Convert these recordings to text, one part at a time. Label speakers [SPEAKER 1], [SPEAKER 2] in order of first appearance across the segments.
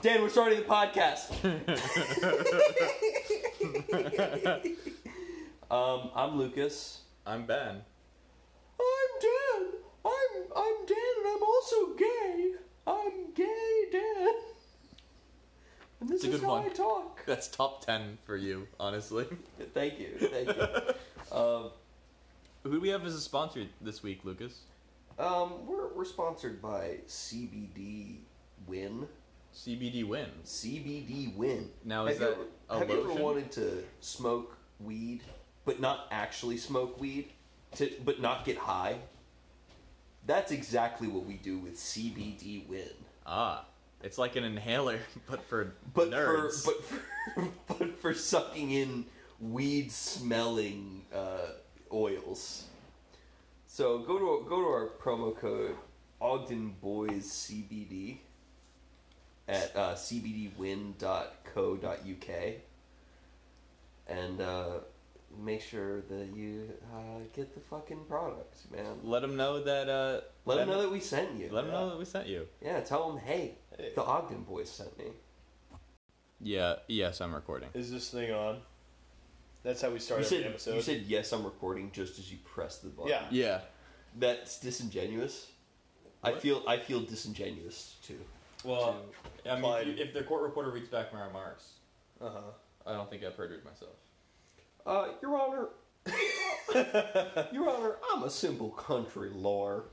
[SPEAKER 1] Dan, we're starting the podcast. um, I'm Lucas.
[SPEAKER 2] I'm Ben.
[SPEAKER 1] I'm Dan. I'm I'm Dan, and I'm also gay. I'm gay, Dan. And this
[SPEAKER 2] It's a
[SPEAKER 1] is
[SPEAKER 2] good
[SPEAKER 1] how
[SPEAKER 2] one.
[SPEAKER 1] I talk.
[SPEAKER 2] That's top ten for you, honestly.
[SPEAKER 1] Thank you, thank you. um,
[SPEAKER 2] Who do we have as a sponsor this week, Lucas?
[SPEAKER 1] um, we're we're sponsored by CBD Win.
[SPEAKER 2] CBD wins.
[SPEAKER 1] CBD Win.
[SPEAKER 2] Now, is
[SPEAKER 1] have
[SPEAKER 2] that
[SPEAKER 1] you
[SPEAKER 2] a
[SPEAKER 1] ever, have you ever
[SPEAKER 2] lotion?
[SPEAKER 1] wanted to smoke weed, but not actually smoke weed, to but not get high? That's exactly what we do with CBD Win.
[SPEAKER 2] Ah, it's like an inhaler, but for
[SPEAKER 1] but
[SPEAKER 2] nerds.
[SPEAKER 1] for but for, but for sucking in weed smelling uh, oils. So go to go to our promo code Ogden Boys CBD at uh, cbdwin.co.uk and uh, make sure that you uh, get the fucking product, man.
[SPEAKER 2] let them know that. Uh,
[SPEAKER 1] Let them know that we sent you.
[SPEAKER 2] Let them
[SPEAKER 1] yeah.
[SPEAKER 2] know that we sent you.
[SPEAKER 1] Yeah, tell them, hey,
[SPEAKER 3] Hey.
[SPEAKER 1] the Ogden Boys sent me.
[SPEAKER 2] Yeah. Yes, I'm recording.
[SPEAKER 3] Is this thing on? That's how we start
[SPEAKER 1] You
[SPEAKER 3] every
[SPEAKER 1] said,
[SPEAKER 3] episode.
[SPEAKER 1] you said yes, I'm recording just as you press the button.
[SPEAKER 3] Yeah.
[SPEAKER 2] Yeah.
[SPEAKER 1] That's disingenuous. I
[SPEAKER 2] What?
[SPEAKER 1] feel I feel disingenuous too.
[SPEAKER 2] Well, I mean,
[SPEAKER 3] apply-
[SPEAKER 2] if, you- if the court reporter reads back my remarks,
[SPEAKER 3] uh-huh.
[SPEAKER 2] I don't think I've perjured myself.
[SPEAKER 1] Uh, Your Honor, Your Honor, I'm a simple country lawyer,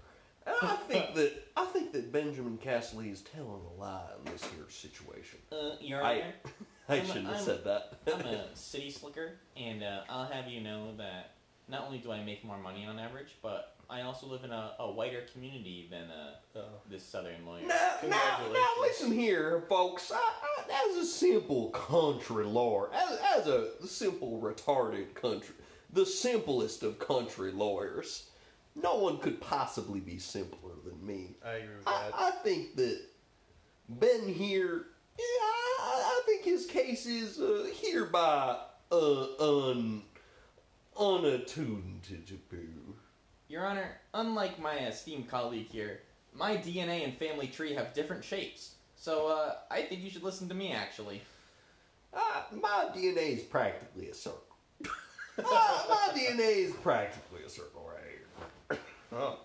[SPEAKER 1] and I think that I think that Benjamin Cassidy is telling a lie in this here situation.
[SPEAKER 4] Uh, Your
[SPEAKER 1] I-
[SPEAKER 4] Honor,
[SPEAKER 1] I
[SPEAKER 4] I'm a-
[SPEAKER 1] shouldn't have
[SPEAKER 4] I'm-
[SPEAKER 1] said that.
[SPEAKER 4] I'm a city slicker, and uh, I'll have you know that not only do I make more money on average, but I also live in a, a whiter community than uh,
[SPEAKER 3] Oh.
[SPEAKER 4] this southern lawyer.
[SPEAKER 1] Now, now, now,
[SPEAKER 3] Congratulations.
[SPEAKER 1] listen here, folks. I, I, as a simple country lawyer, as, as a simple retarded country, the simplest of country lawyers, no one could possibly be simpler than me.
[SPEAKER 3] I agree with
[SPEAKER 1] I,
[SPEAKER 3] that.
[SPEAKER 1] I think that Ben here, yeah, I, I I think his case is uh, hereby uh, un, unattuned to boo.
[SPEAKER 4] Your Honor, unlike my esteemed colleague here, my DNA and family tree have different shapes. So uh, I think you should listen to me, actually.
[SPEAKER 1] I, Ah, my DNA is practically a circle. my, my DNA is practically a circle right here.
[SPEAKER 3] oh.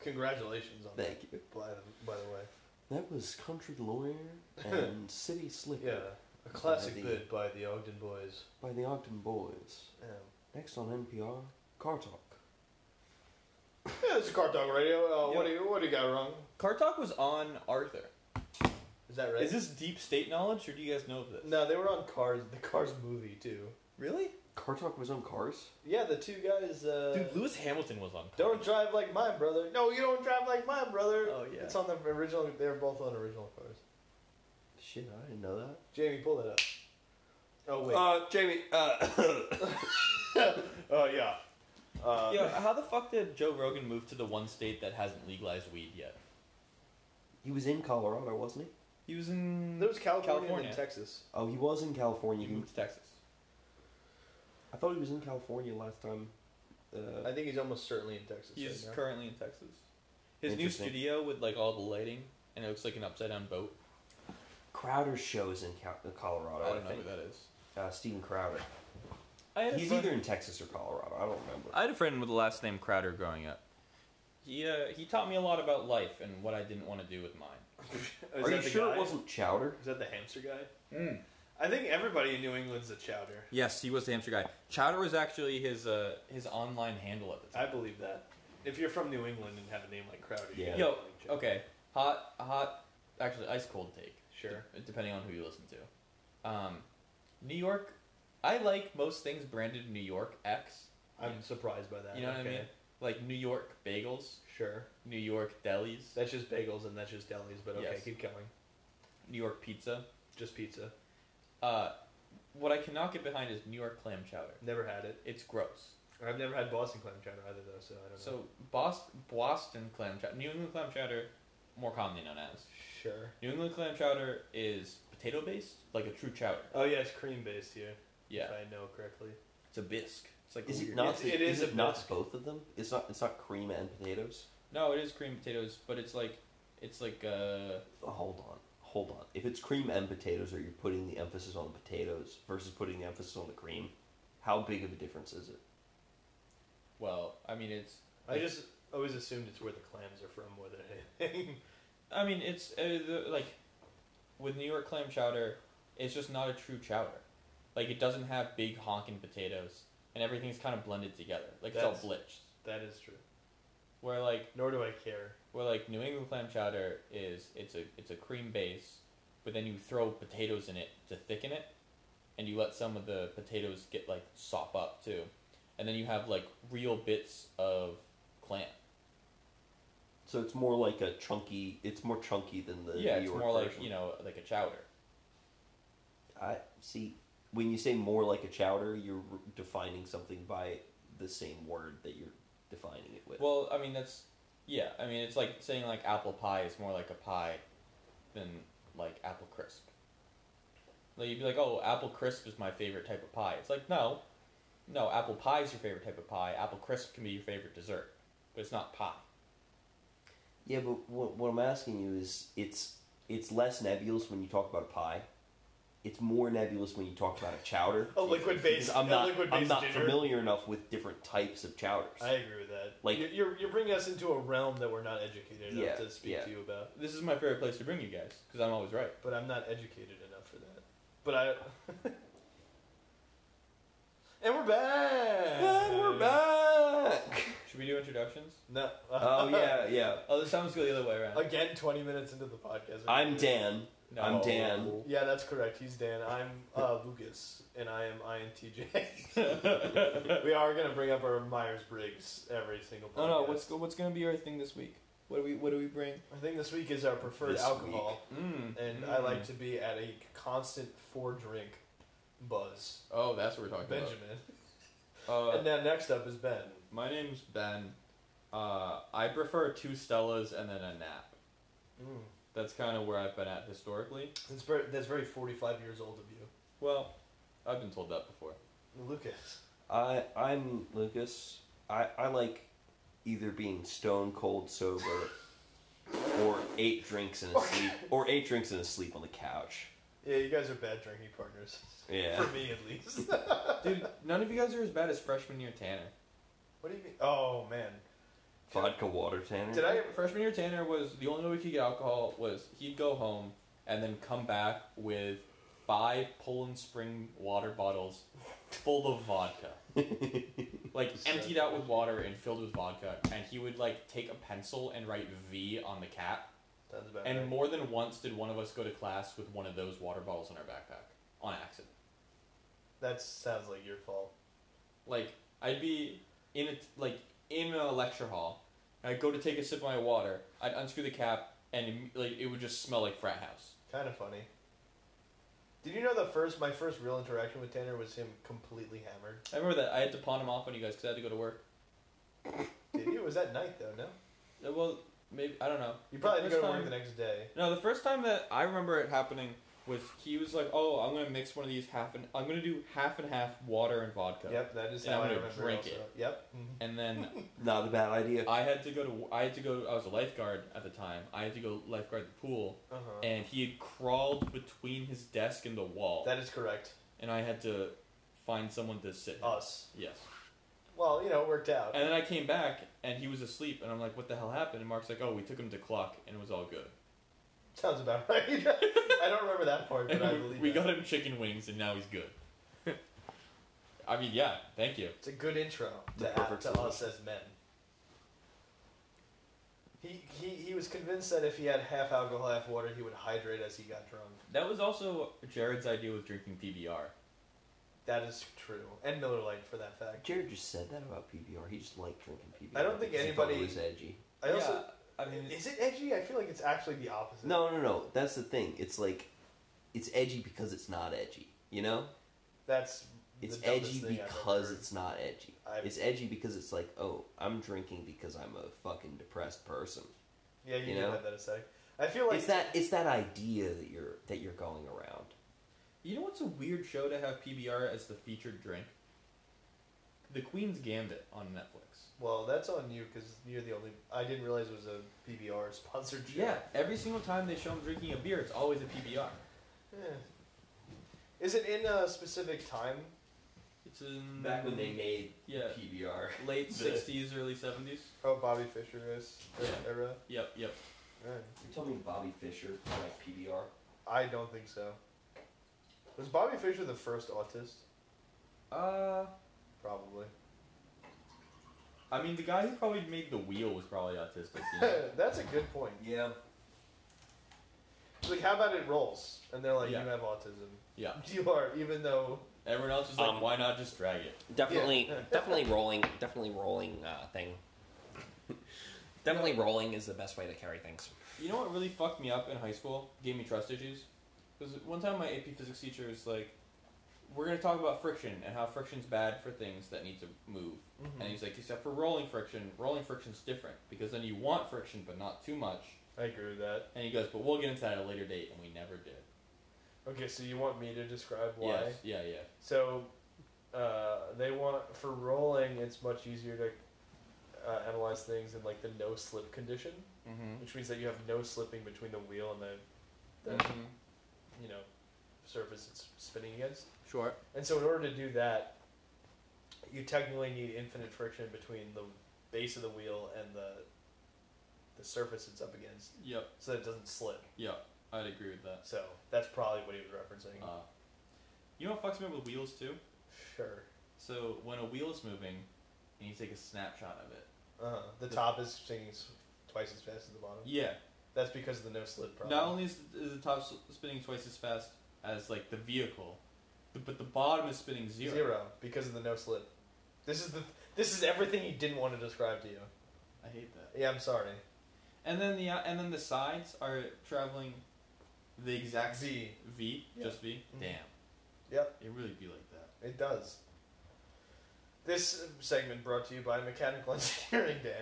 [SPEAKER 3] Congratulations on
[SPEAKER 1] Thank you.
[SPEAKER 3] that. By the, by the way.
[SPEAKER 1] That was country lawyer and city slicker
[SPEAKER 3] Yeah. A classic
[SPEAKER 1] the-
[SPEAKER 3] bid by the Ogden Boys.
[SPEAKER 1] by the Ogden Boys.
[SPEAKER 3] Yeah.
[SPEAKER 1] Next on NPR, Car Talk.
[SPEAKER 3] Yeah, it's a car dog radio. Uh, What
[SPEAKER 2] Yeah.
[SPEAKER 3] do you what do you got wrong?
[SPEAKER 2] Car Talk was on Arthur.
[SPEAKER 3] Is that right?
[SPEAKER 2] Is this deep state knowledge, or do you guys know of this?
[SPEAKER 3] no, they were on Cars, the Cars movie too.
[SPEAKER 2] Really?
[SPEAKER 1] Car Talk was on Cars.
[SPEAKER 3] Yeah, the two guys. Uh,
[SPEAKER 2] Dude, Lewis Hamilton was on. Cars.
[SPEAKER 3] don't drive like my brother. No, you don't drive like my brother.
[SPEAKER 2] Oh, yeah.
[SPEAKER 3] It's on the original. They're both on original Cars.
[SPEAKER 1] Shit, I didn't know that.
[SPEAKER 3] Jamie, pull that up. Oh wait.
[SPEAKER 1] Uh, Jamie. Uh,
[SPEAKER 3] oh yeah. Uh,
[SPEAKER 2] Yo, how the fuck did Joe Rogan move to the one state that hasn't legalized weed yet?
[SPEAKER 1] he was in Colorado, wasn't he?
[SPEAKER 2] He was in.
[SPEAKER 3] There was California,
[SPEAKER 2] California.
[SPEAKER 3] and Texas.
[SPEAKER 1] Oh, he was in California.
[SPEAKER 2] He moved to Texas.
[SPEAKER 1] I thought he was in California last time. Uh,
[SPEAKER 3] I think he's almost certainly in Texas.
[SPEAKER 2] He's
[SPEAKER 3] right now.
[SPEAKER 2] currently in Texas. His new
[SPEAKER 1] Interesting.
[SPEAKER 2] studio with like all the lighting, and it looks like an upside down boat.
[SPEAKER 1] Crowder's show is in Cal- uh, Colorado.
[SPEAKER 2] Oh, I don't know
[SPEAKER 1] think.
[SPEAKER 2] who that is.
[SPEAKER 1] Uh, Steven Crowder.
[SPEAKER 2] I had a
[SPEAKER 1] He's
[SPEAKER 2] friend-
[SPEAKER 1] either in Texas or Colorado. I don't remember.
[SPEAKER 2] I had a friend with the last name Crowder growing up. He uh, he taught me a lot about life and what I didn't want to do with mine.
[SPEAKER 3] Is
[SPEAKER 1] Are
[SPEAKER 3] that
[SPEAKER 1] you
[SPEAKER 3] the
[SPEAKER 1] sure
[SPEAKER 3] guy?
[SPEAKER 1] it wasn't Chowder?
[SPEAKER 3] Is that the hamster guy? I think everybody in New England's a chowder.
[SPEAKER 2] Yes, he was the hamster guy. Chowder was actually his uh, his online handle at the time.
[SPEAKER 3] I believe that. If you're from New England and have a name like Crowder, you
[SPEAKER 1] Yeah.
[SPEAKER 3] gotta
[SPEAKER 2] Yo,
[SPEAKER 3] be like chowder.
[SPEAKER 2] okay, hot hot, actually ice cold take.
[SPEAKER 3] Sure.
[SPEAKER 2] d- depending on who you listen to. Um, New York, I like most things branded New York X.
[SPEAKER 3] I'm surprised by that.
[SPEAKER 2] You know what
[SPEAKER 3] okay.
[SPEAKER 2] I mean? Like New York bagels,
[SPEAKER 3] Sure.
[SPEAKER 2] New York delis,
[SPEAKER 3] That's just bagels and that's just delis, but okay,
[SPEAKER 2] Yes.
[SPEAKER 3] keep going.
[SPEAKER 2] New York pizza.
[SPEAKER 3] Just pizza.
[SPEAKER 2] Uh, what I cannot get behind is New York clam chowder.
[SPEAKER 3] Never had it.
[SPEAKER 2] It's gross.
[SPEAKER 3] I've never had Boston clam chowder either, though, so I don't know.
[SPEAKER 2] So Boston, Boston clam chowder, New England clam chowder, more commonly known as
[SPEAKER 3] Sure.
[SPEAKER 2] New England clam chowder, is potato based, like a true chowder.
[SPEAKER 3] Oh yeah, it's cream based here.
[SPEAKER 2] Yeah,
[SPEAKER 3] If I know correctly.
[SPEAKER 2] it's a bisque. It's like
[SPEAKER 1] Is
[SPEAKER 2] weird.
[SPEAKER 1] it not?
[SPEAKER 3] It's- it is
[SPEAKER 1] is it
[SPEAKER 3] a
[SPEAKER 1] not
[SPEAKER 3] bisque.
[SPEAKER 1] both of them? It's not. It's not cream and potatoes.
[SPEAKER 2] No, it is creamed potatoes, but it's like it's like uh
[SPEAKER 1] Oh, hold on, hold on. If it's cream and potatoes, or you're putting the emphasis on the potatoes versus putting the emphasis on the cream, how big of a difference is it?
[SPEAKER 2] Well, I mean it's
[SPEAKER 3] I just always assumed it's where the clams are from more than anything.
[SPEAKER 2] I mean it's uh, the, like with New York clam chowder, it's just not a true chowder. Like it doesn't have big honking potatoes and everything's kind of blended together. Like it's
[SPEAKER 3] That's-
[SPEAKER 2] all blitched.
[SPEAKER 3] that is true.
[SPEAKER 2] Where like
[SPEAKER 3] Nor do I care.
[SPEAKER 2] Well, like New England clam chowder is it's a it's a cream base, but then you throw potatoes in it to thicken it, and you let some of the potatoes get like sop up too, and then you have like real bits of clam.
[SPEAKER 1] So it's more like a chunky. It's more chunky than the
[SPEAKER 2] yeah,
[SPEAKER 1] New
[SPEAKER 2] it's
[SPEAKER 1] York
[SPEAKER 2] more
[SPEAKER 1] version.
[SPEAKER 2] like you know like a chowder.
[SPEAKER 1] I see. When you say more like a chowder, you're r- defining something by the same word that you're defining it with.
[SPEAKER 2] Well, I mean that's yeah. I mean it's like saying like apple pie is more like a pie than like apple crisp. Like you'd be like, oh, apple crisp is my favorite type of pie. It's like no, no, apple pie is your favorite type of pie. Apple crisp can be your favorite dessert, but it's not pie.
[SPEAKER 1] yeah, but what, what I'm asking you is, it's it's less nebulous when you talk about a pie. It's more nebulous when you talk about a chowder.
[SPEAKER 3] A liquid-based-
[SPEAKER 1] I'm
[SPEAKER 3] a
[SPEAKER 1] not. I'm
[SPEAKER 3] liquid-based
[SPEAKER 1] not
[SPEAKER 3] dinner.
[SPEAKER 1] familiar enough with different types of chowders.
[SPEAKER 3] I agree with that.
[SPEAKER 1] Like-
[SPEAKER 3] Like you're, you're, you're bringing us into a realm that we're not educated enough
[SPEAKER 1] Yeah,
[SPEAKER 3] to speak
[SPEAKER 1] yeah.
[SPEAKER 3] to you about.
[SPEAKER 2] This is my favorite place to bring you guys because I'm always right.
[SPEAKER 3] But I'm not educated enough for that. But I. and we're back.
[SPEAKER 1] and we're back.
[SPEAKER 2] Should we do introductions?
[SPEAKER 3] No.
[SPEAKER 1] oh yeah, yeah.
[SPEAKER 2] Oh, this sounds go the other way around.
[SPEAKER 3] Again, 20 minutes into the podcast.
[SPEAKER 1] I'm Dan.
[SPEAKER 2] No.
[SPEAKER 1] I'm Dan.
[SPEAKER 3] Yeah, that's correct. He's Dan. I'm uh, Lucas, and I am INTJ.
[SPEAKER 2] Oh,
[SPEAKER 3] we are gonna bring up our Myers Briggs every single. Podcast.
[SPEAKER 2] Oh no, what's go- what's gonna be our thing this week? What do we what do we bring?
[SPEAKER 3] I think this week is our preferred
[SPEAKER 1] This
[SPEAKER 3] alcohol,
[SPEAKER 2] Mm.
[SPEAKER 3] and I like to be at a constant four drink buzz.
[SPEAKER 2] Oh, that's what we're talking
[SPEAKER 3] Benjamin,
[SPEAKER 2] about. Uh,
[SPEAKER 3] and then next up is Ben.
[SPEAKER 2] My name's Ben. Uh, I prefer two Stellas and then a nap.
[SPEAKER 3] Mm.
[SPEAKER 2] That's kind of where I've been at historically.
[SPEAKER 3] That's very that's very 45 years old of you,
[SPEAKER 2] Well, I've been told that before.
[SPEAKER 3] Lucas.
[SPEAKER 1] I I'm Lucas. I I like either being stone cold sober or eight drinks and a sleep or eight drinks and a sleep on the couch.
[SPEAKER 3] Yeah, you guys are bad drinking partners.
[SPEAKER 1] Yeah.
[SPEAKER 3] For me, at least.
[SPEAKER 2] Dude, none of you guys are as bad as freshman year Tanner.
[SPEAKER 3] what do you mean? Oh man,
[SPEAKER 1] Vodka water tanner.
[SPEAKER 3] did I?
[SPEAKER 2] Freshman year Tanner was the only way we could get alcohol was he'd go home and then come back with five Poland Spring water bottles full of vodka. like
[SPEAKER 3] So
[SPEAKER 2] emptied out with water and filled with vodka, and he would like take a pencil and write V on the cap
[SPEAKER 3] Sounds about
[SPEAKER 2] And
[SPEAKER 3] right.
[SPEAKER 2] more than once did one of us go to class with one of those water bottles in our backpack on accident.
[SPEAKER 3] That sounds like your fault.
[SPEAKER 2] Like I'd be in a, like in a lecture hall, and I'd go to take a sip of my water. I'd unscrew the cap, and imme- like it would just smell like frat house.
[SPEAKER 3] Kind of funny. Did you know the first my first real interaction with Tanner was him completely hammered?
[SPEAKER 2] I remember that I had to pawn him off on you guys because I had to go to work.
[SPEAKER 3] Did you? It was that night though? No,
[SPEAKER 2] Uh, Well, maybe I don't know.
[SPEAKER 3] you probably
[SPEAKER 2] The
[SPEAKER 3] didn't go
[SPEAKER 2] first
[SPEAKER 3] to work
[SPEAKER 2] time-
[SPEAKER 3] the next day.
[SPEAKER 2] No, the first time that I remember it happening was he was like, "Oh, I'm gonna mix one of these half and I'm gonna do half and half water and vodka."
[SPEAKER 3] Yep, that is
[SPEAKER 2] And
[SPEAKER 3] how
[SPEAKER 2] I'm
[SPEAKER 3] I
[SPEAKER 2] gonna
[SPEAKER 3] remember.
[SPEAKER 2] drink
[SPEAKER 3] also.
[SPEAKER 2] it.
[SPEAKER 3] Yep. Mhm.
[SPEAKER 2] And then
[SPEAKER 1] Not a bad idea.
[SPEAKER 2] I had to go to I had to go. I was a lifeguard at the time. I had to go lifeguard the pool.
[SPEAKER 3] Uh-huh.
[SPEAKER 2] and he had crawled between his desk and the wall,
[SPEAKER 3] That is correct.
[SPEAKER 2] and I had to find someone to sit. him.
[SPEAKER 3] Us.
[SPEAKER 2] Yes.
[SPEAKER 3] Well, you know, it worked out.
[SPEAKER 2] And then I came back, and he was asleep, and I'm like, "What the hell happened?" And Mark's like, "Oh, we took him to clock, and it was all good.
[SPEAKER 3] Sounds about right. I don't remember that part, but I
[SPEAKER 2] And we
[SPEAKER 3] believe
[SPEAKER 2] we
[SPEAKER 3] that.
[SPEAKER 2] got him chicken wings, and now he's good." I mean, yeah, thank you.
[SPEAKER 3] It's a good intro
[SPEAKER 1] The
[SPEAKER 3] to,
[SPEAKER 1] perfect
[SPEAKER 3] to us as men. He, he, he was convinced that if he had half alcohol, half water, he would hydrate as he got drunk.
[SPEAKER 2] That was also Jared's idea with drinking PBR.
[SPEAKER 3] That is true. And Miller Lite, for that fact.
[SPEAKER 1] Jared just said that about PBR. He just liked drinking PBR.
[SPEAKER 3] I don't think
[SPEAKER 1] because he thought it
[SPEAKER 3] anybody-
[SPEAKER 1] was edgy.
[SPEAKER 3] I also.
[SPEAKER 2] yeah, I mean,
[SPEAKER 3] Is it edgy? I feel like it's actually the opposite.
[SPEAKER 1] No, no, no. That's the thing. It's like it's edgy because it's not edgy. You know,
[SPEAKER 3] That's. the
[SPEAKER 1] it's
[SPEAKER 3] dumbest
[SPEAKER 1] edgy
[SPEAKER 3] thing I've ever
[SPEAKER 1] because
[SPEAKER 3] heard.
[SPEAKER 1] it's not edgy.
[SPEAKER 3] I've-
[SPEAKER 1] It's edgy because it's like, oh, I'm drinking because I'm a fucking depressed person.
[SPEAKER 3] Yeah, you,
[SPEAKER 1] you
[SPEAKER 3] can
[SPEAKER 1] know?
[SPEAKER 3] have that a sec. I feel like.
[SPEAKER 1] it's that it's that idea that you're that you're going around.
[SPEAKER 2] you know what's a weird show to have PBR as the featured drink? The Queen's Gambit on Netflix.
[SPEAKER 3] Well, that's on you because you're the only. I didn't realize it was a PBR sponsored show.
[SPEAKER 2] Yeah, every single time they show him drinking a beer, it's always a PBR.
[SPEAKER 3] Eh. Is it in a specific time?
[SPEAKER 2] It's in
[SPEAKER 1] Back when they made
[SPEAKER 2] yeah
[SPEAKER 1] PBR.
[SPEAKER 2] late
[SPEAKER 1] The-
[SPEAKER 2] sixties, early seventies.
[SPEAKER 3] Oh, Bobby Fischer is er,
[SPEAKER 2] Yeah.
[SPEAKER 3] era.
[SPEAKER 2] Yep, yep.
[SPEAKER 3] Alright.
[SPEAKER 1] You told me Bobby Fisher like PBR.
[SPEAKER 3] I don't think so. Was Bobby Fischer the first autist?
[SPEAKER 2] Uh,
[SPEAKER 3] Probably.
[SPEAKER 2] I mean, the guy who probably made the wheel was probably autistic. You know?
[SPEAKER 3] that's a good point.
[SPEAKER 1] Yeah.
[SPEAKER 3] It's Like, how about it rolls? And they're like,
[SPEAKER 2] Yeah.
[SPEAKER 3] you have autism.
[SPEAKER 2] yeah.
[SPEAKER 3] You are, even though.
[SPEAKER 2] Everyone else is like,
[SPEAKER 4] Um,
[SPEAKER 2] why not just drag it?
[SPEAKER 4] Definitely,
[SPEAKER 3] Yeah.
[SPEAKER 4] definitely rolling, definitely rolling uh, thing. definitely rolling is the best way to carry things.
[SPEAKER 2] You know what really fucked me up in high school? Gave me trust issues. Because one time my AP physics teacher was like, we're going to talk about friction and how friction's bad for things that need to move. And he's like, except for rolling friction, rolling friction's different because then you want friction but not too much.
[SPEAKER 3] I agree with that.
[SPEAKER 2] And he goes, but we'll get into that at a later date, and we never did.
[SPEAKER 3] Okay, so you want me to describe why?
[SPEAKER 2] Yes, yeah, yeah.
[SPEAKER 3] So, uh, they want for rolling. It's much easier to uh, analyze things in like the no slip condition,
[SPEAKER 2] Mm-hmm.
[SPEAKER 3] which means that you have no slipping between the wheel and the, the you know, surface it's spinning against.
[SPEAKER 2] Mm-hmm. Sure.
[SPEAKER 3] And so, in order to do that, you technically need infinite friction between the base of the wheel and the the surface it's up against,
[SPEAKER 2] Yep,
[SPEAKER 3] so that it doesn't slip.
[SPEAKER 2] yep. I'd agree with that.
[SPEAKER 3] So that's probably what he was referencing.
[SPEAKER 2] Uh, you know what fucks me up with wheels too?
[SPEAKER 3] sure.
[SPEAKER 2] So when a wheel is moving, and you take a snapshot of it.
[SPEAKER 3] Uh, the top is spinning s- twice as fast as the bottom.
[SPEAKER 2] Yeah.
[SPEAKER 3] That's because of the no slip problem.
[SPEAKER 2] Not only is the, is the top s- spinning twice as fast as like the vehicle, th- but the bottom is spinning zero.
[SPEAKER 3] Zero. because of the no slip. This is the this is everything he didn't want to describe to you.
[SPEAKER 2] I hate that.
[SPEAKER 3] Yeah, I'm sorry.
[SPEAKER 2] And then the uh, and then the sides are traveling the exact s-
[SPEAKER 3] Z.
[SPEAKER 2] V,
[SPEAKER 3] Yeah.
[SPEAKER 2] just V.
[SPEAKER 3] Mhm.
[SPEAKER 2] Damn.
[SPEAKER 3] Yep.
[SPEAKER 2] It really be like that.
[SPEAKER 3] It does. This uh, segment brought to you by Mechanical Engineering, Dan.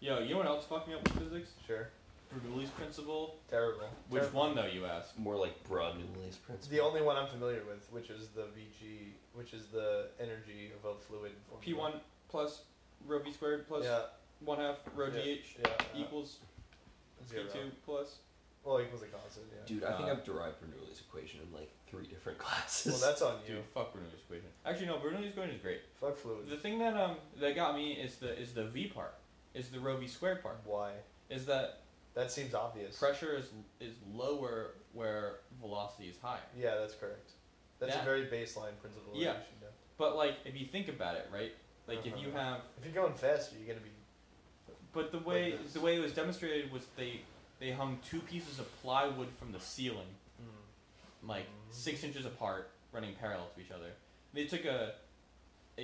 [SPEAKER 2] Yo, you know what else fucked me up with physics?
[SPEAKER 3] Sure.
[SPEAKER 2] Bernoulli's principle.
[SPEAKER 3] Terrible.
[SPEAKER 2] Which
[SPEAKER 3] Terrible.
[SPEAKER 2] one though? You ask.
[SPEAKER 1] More like Bernoulli's
[SPEAKER 3] It's
[SPEAKER 1] principle.
[SPEAKER 3] the only one I'm familiar with, which is the VG, which is the energy of a fluid. formula.
[SPEAKER 2] P one plus rho v squared plus
[SPEAKER 3] Yeah.
[SPEAKER 2] one half rho
[SPEAKER 3] Yeah.
[SPEAKER 2] gh
[SPEAKER 3] Yeah. yeah.
[SPEAKER 2] equals p
[SPEAKER 3] Zero.
[SPEAKER 2] two plus.
[SPEAKER 3] Well, equals a constant. Yeah.
[SPEAKER 1] Dude, I think
[SPEAKER 2] Uh,
[SPEAKER 1] I've derived Bernoulli's equation in like three different classes.
[SPEAKER 3] Well, that's on you.
[SPEAKER 2] Dude, fuck Bernoulli's equation. Actually, no, Bernoulli's equation is great.
[SPEAKER 3] Fuck fluids.
[SPEAKER 2] The thing that um that got me is the is the v part, is the rho v squared part.
[SPEAKER 3] Why?
[SPEAKER 2] Is that
[SPEAKER 3] That seems obvious.
[SPEAKER 2] pressure is is lower where velocity is higher.
[SPEAKER 3] Yeah, that's correct. That's
[SPEAKER 2] Yeah.
[SPEAKER 3] a very baseline principle. that
[SPEAKER 2] Yeah.
[SPEAKER 3] you should know.
[SPEAKER 2] But like if you think about it, right? Like if you
[SPEAKER 3] Uh-huh.
[SPEAKER 2] have
[SPEAKER 3] If you're going faster, you're gonna be.
[SPEAKER 2] but the way
[SPEAKER 3] Like this.
[SPEAKER 2] the way it was demonstrated was they they hung two pieces of plywood from the ceiling like
[SPEAKER 3] Mm.
[SPEAKER 2] six inches apart, running parallel to each other. They took a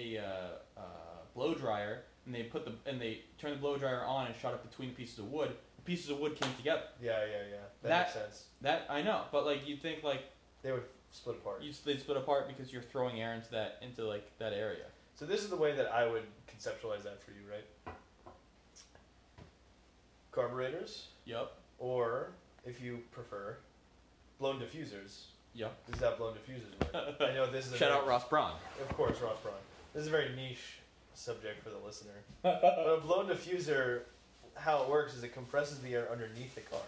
[SPEAKER 2] a uh, uh, blow dryer and they put the and they turned the blow dryer on and shot it between the pieces of wood. The pieces of wood came together.
[SPEAKER 3] Yeah, yeah, yeah. That,
[SPEAKER 2] That-
[SPEAKER 3] makes sense.
[SPEAKER 2] That I know, but like you'd think like
[SPEAKER 3] They would split apart.
[SPEAKER 2] you they split apart because you're throwing air into that into like that area.
[SPEAKER 3] So this is the way that I would conceptualize that for you, right? Carburetors,
[SPEAKER 2] Yep.
[SPEAKER 3] or if you prefer, blown diffusers.
[SPEAKER 2] Yep.
[SPEAKER 3] This is how blown diffusers work. I know this is a
[SPEAKER 2] Shout
[SPEAKER 3] very,
[SPEAKER 2] out Ross Braun.
[SPEAKER 3] Of course, Ross Braun. This is a very niche subject for the listener. but a blown diffuser, how it works is it compresses the air underneath the car,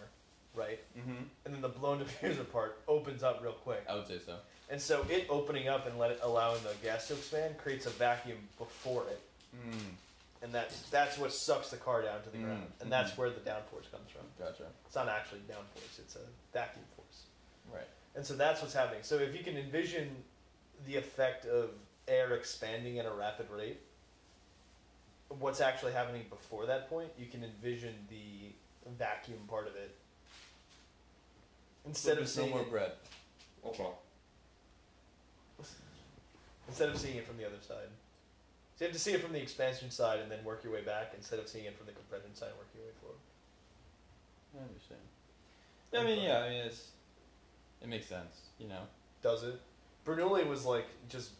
[SPEAKER 3] right?
[SPEAKER 2] Mm-hmm.
[SPEAKER 3] And then the blown diffuser part opens up real quick.
[SPEAKER 2] I would say so.
[SPEAKER 3] And so it opening up and let it allowing the gas to expand creates a vacuum before it.
[SPEAKER 2] Mm.
[SPEAKER 3] And that that's what sucks the car down to the
[SPEAKER 2] Mm,
[SPEAKER 3] ground.
[SPEAKER 2] mhm.
[SPEAKER 3] And that's where the downforce comes from.
[SPEAKER 2] Gotcha.
[SPEAKER 3] It's not actually downforce, it's a vacuum force.
[SPEAKER 2] Right.
[SPEAKER 3] And so that's what's happening. So if you can envision the effect of air expanding at a rapid rate, what's actually happening before that point, you can envision the vacuum part of it. Instead of
[SPEAKER 2] There's no
[SPEAKER 3] seeing
[SPEAKER 2] more
[SPEAKER 3] it,
[SPEAKER 2] bread.
[SPEAKER 3] instead of seeing it from the other side. So you have to see it from the expansion side and then work your way back instead of seeing it from the compression side and work your way forward.
[SPEAKER 2] I understand. I mean, yeah. I mean, it's it makes sense. You know.
[SPEAKER 3] Does it? Bernoulli was like just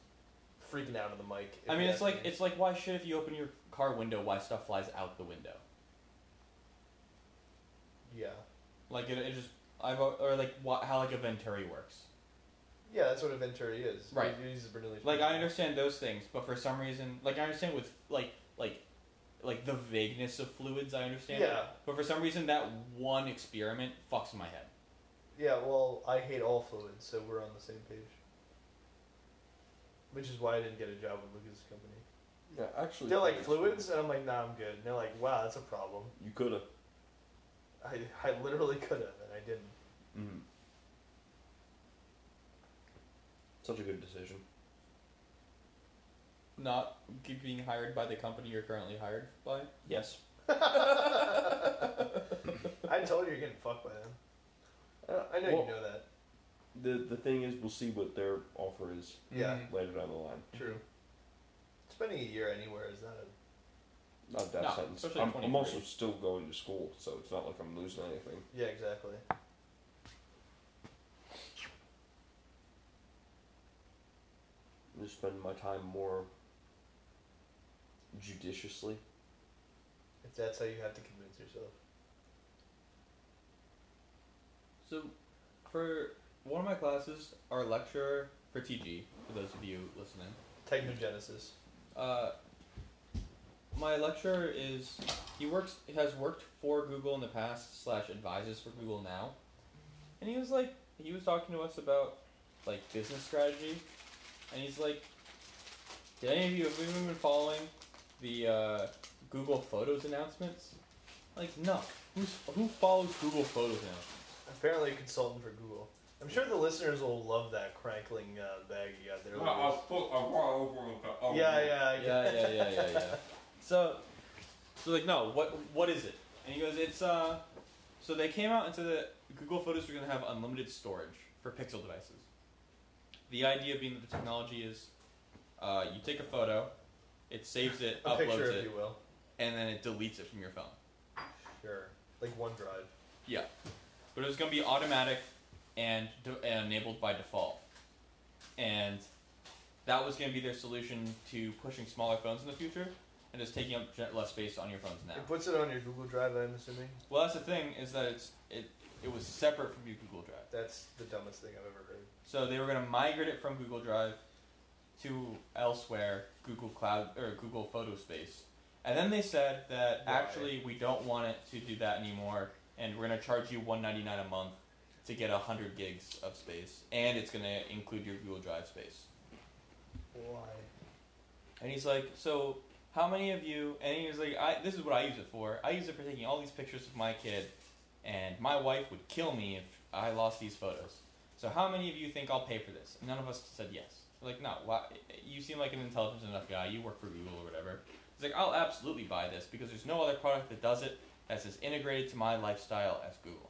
[SPEAKER 3] freaking out of the mic.
[SPEAKER 2] I mean, it's like
[SPEAKER 3] it's.
[SPEAKER 2] it's like why should if you open your car window, why stuff flies out the window?
[SPEAKER 3] Yeah.
[SPEAKER 2] Like it, it just I've al- or like wha how like a venturi works.
[SPEAKER 3] Yeah, that's what a venturi is.
[SPEAKER 2] Right.
[SPEAKER 3] It uses Bernoulli's
[SPEAKER 2] Like I
[SPEAKER 3] principle.
[SPEAKER 2] understand those things, but for some reason, like I understand with like like like the vagueness of fluids, I understand. it,
[SPEAKER 3] Yeah.
[SPEAKER 2] but for some reason, that one experiment fucks my head.
[SPEAKER 3] Yeah, well, I hate all fluids, so we're on the same page. Which is why I didn't get a job with Lucas' company.
[SPEAKER 1] Yeah, actually.
[SPEAKER 3] They're like fluids, and I'm like, nah, I'm good. And they're like, wow, that's a problem.
[SPEAKER 1] You could have.
[SPEAKER 3] I, I literally could have, and I didn't.
[SPEAKER 5] Mm-hmm.
[SPEAKER 1] Mm. Such a good decision.
[SPEAKER 2] Not keep being hired by the company you're currently hired by.
[SPEAKER 1] Yes.
[SPEAKER 3] I told you you're getting fucked by them. I know you know that.
[SPEAKER 1] The the thing is, we'll see what their offer is
[SPEAKER 3] Yeah,
[SPEAKER 2] Mhm.
[SPEAKER 1] later down the line.
[SPEAKER 3] true. Spending a year anywhere is not a.
[SPEAKER 1] Not that
[SPEAKER 2] No,
[SPEAKER 1] sentence.
[SPEAKER 2] especially
[SPEAKER 1] I'm,
[SPEAKER 2] at
[SPEAKER 1] I'm also
[SPEAKER 2] 23.
[SPEAKER 1] still going to school, so it's not like I'm losing anything.
[SPEAKER 3] Yeah, exactly.
[SPEAKER 1] I'm just spending my time more judiciously.
[SPEAKER 3] If that's how you have to convince yourself.
[SPEAKER 2] So, for one of my classes, our lecturer for TG, for those of you listening,
[SPEAKER 3] Technogenesis.
[SPEAKER 2] uh, my lecturer is he works has worked for Google in the past slash advises for Google now, and he was like he was talking to us about like business strategy, and he's like, did any of you have you been following the uh, Google Photos announcements? Like no, who's who follows Google Photos now?
[SPEAKER 3] Apparently, a consultant for Google. I'm sure the listeners will love that crankling uh, bag you got there.
[SPEAKER 6] Well, I
[SPEAKER 3] Lucas.
[SPEAKER 6] was put a while over on the
[SPEAKER 1] Oh,
[SPEAKER 6] over.
[SPEAKER 3] yeah, yeah,
[SPEAKER 2] yeah, yeah, yeah, yeah, yeah. So, so like, no, what, what is it? And he goes, it's uh, so they came out and said that Google Photos were gonna have unlimited storage for Pixel devices. The idea being that the technology is, uh, you take a photo, it saves it,
[SPEAKER 3] A
[SPEAKER 2] uploads
[SPEAKER 3] picture, if
[SPEAKER 2] it,
[SPEAKER 3] you will.
[SPEAKER 2] and then it deletes it from your phone.
[SPEAKER 3] Sure. Like OneDrive.
[SPEAKER 2] but it was going to be automatic and, de- and enabled by default. And that was going to be their solution to pushing smaller phones in the future and just taking up gen- less space on your phones now.
[SPEAKER 3] It puts it on your Google Drive, I'm assuming.
[SPEAKER 2] Well, that's the thing is that it's it it was separate from your Google Drive,
[SPEAKER 3] That's the dumbest thing I've ever heard.
[SPEAKER 2] so they were going to migrate it from Google Drive to elsewhere, Google Cloud or Google Photo Space. And then they said that
[SPEAKER 3] Why?
[SPEAKER 2] actually we don't want it to do that anymore, and we're going to charge you one ninety nine a month to get hundred gigs of space, and it's going to include your Google Drive space.
[SPEAKER 3] Why?
[SPEAKER 2] And he's like, so how many of you? And he was like, I, this is what I use it for. I use it for taking all these pictures of my kid, and my wife would kill me if I lost these photos. So how many of you think I'll pay for this? And none of us said yes. We're like, no, why, you seem like an intelligent enough guy. You work for Google or whatever. He's like, I'll absolutely buy this because there's no other product that does it that's as integrated to my lifestyle as Google.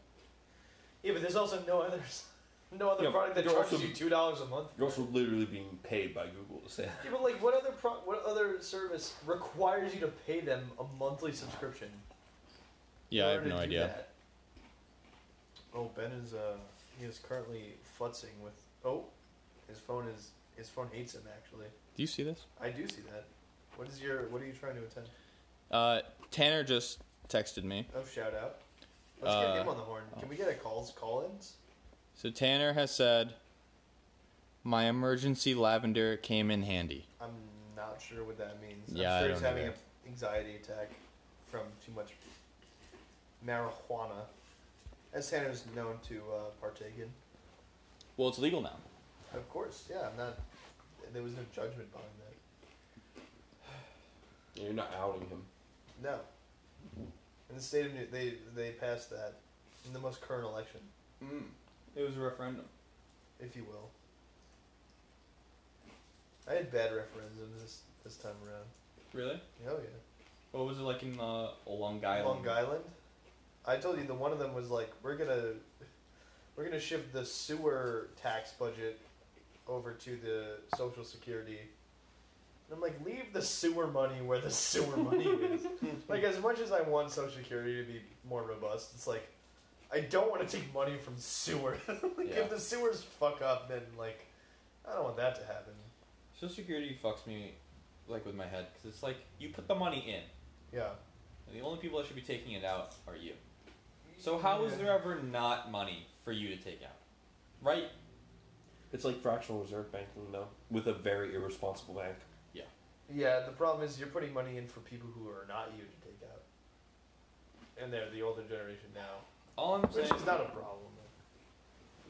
[SPEAKER 3] Yeah, but there's also no others. No other
[SPEAKER 1] Yeah,
[SPEAKER 3] product that
[SPEAKER 1] they're
[SPEAKER 3] charges
[SPEAKER 1] also-
[SPEAKER 3] you two dollars a month.
[SPEAKER 1] You're also literally being paid by Google to say
[SPEAKER 3] Yeah, but like, what other pro- what other service requires you to pay them a monthly subscription? in order to do that? Oh, Ben is uh, he is currently futzing with. Oh, his phone is his phone hates him actually.
[SPEAKER 2] Do you see this?
[SPEAKER 3] I do see that. What is your what are you trying to attend?
[SPEAKER 2] Uh, Tanner just texted me.
[SPEAKER 3] Oh, shout out. Let's get
[SPEAKER 2] Uh,
[SPEAKER 3] him on the horn. Can we get a calls call-ins?
[SPEAKER 2] So Tanner has said, "My emergency lavender came in handy."
[SPEAKER 3] I'm not sure what that means.
[SPEAKER 2] Yeah, I
[SPEAKER 3] I'm sure
[SPEAKER 2] don't
[SPEAKER 3] he's having an
[SPEAKER 2] either.
[SPEAKER 3] anxiety attack from too much marijuana, as Tanner's known to uh, partake in.
[SPEAKER 2] Well, it's legal now.
[SPEAKER 3] Of course, yeah. I'm not. There was no judgment behind that.
[SPEAKER 1] You're not outing him.
[SPEAKER 3] No. In the state of New, they they passed that in the most current election,
[SPEAKER 2] Mm. It was a referendum.
[SPEAKER 3] if you will. I had bad referendums this this time around.
[SPEAKER 2] Really?
[SPEAKER 3] Oh yeah.
[SPEAKER 2] What was it like in uh, Long Island?
[SPEAKER 3] Long Island. I told you the one of them was like we're gonna we're gonna shift the sewer tax budget over to the social security. And I'm like, leave the sewer money where the sewer money is. like as much as I want social security to be more robust, it's like I don't want to take money from sewer. like
[SPEAKER 2] Yeah.
[SPEAKER 3] if the sewers fuck up, then like I don't want that to happen.
[SPEAKER 2] Social Security fucks me, like with my head, because it's like you put the money in,
[SPEAKER 3] Yeah.
[SPEAKER 2] and the only people that should be taking it out are you. So how is there ever not money for you to take out? Right?
[SPEAKER 5] It's like fractional reserve banking, though, with a very irresponsible bank.
[SPEAKER 3] Yeah, the problem is you're putting money in for people who are not you to take out. And they're the older generation now,
[SPEAKER 2] All I'm
[SPEAKER 3] which
[SPEAKER 2] saying
[SPEAKER 3] is not a problem.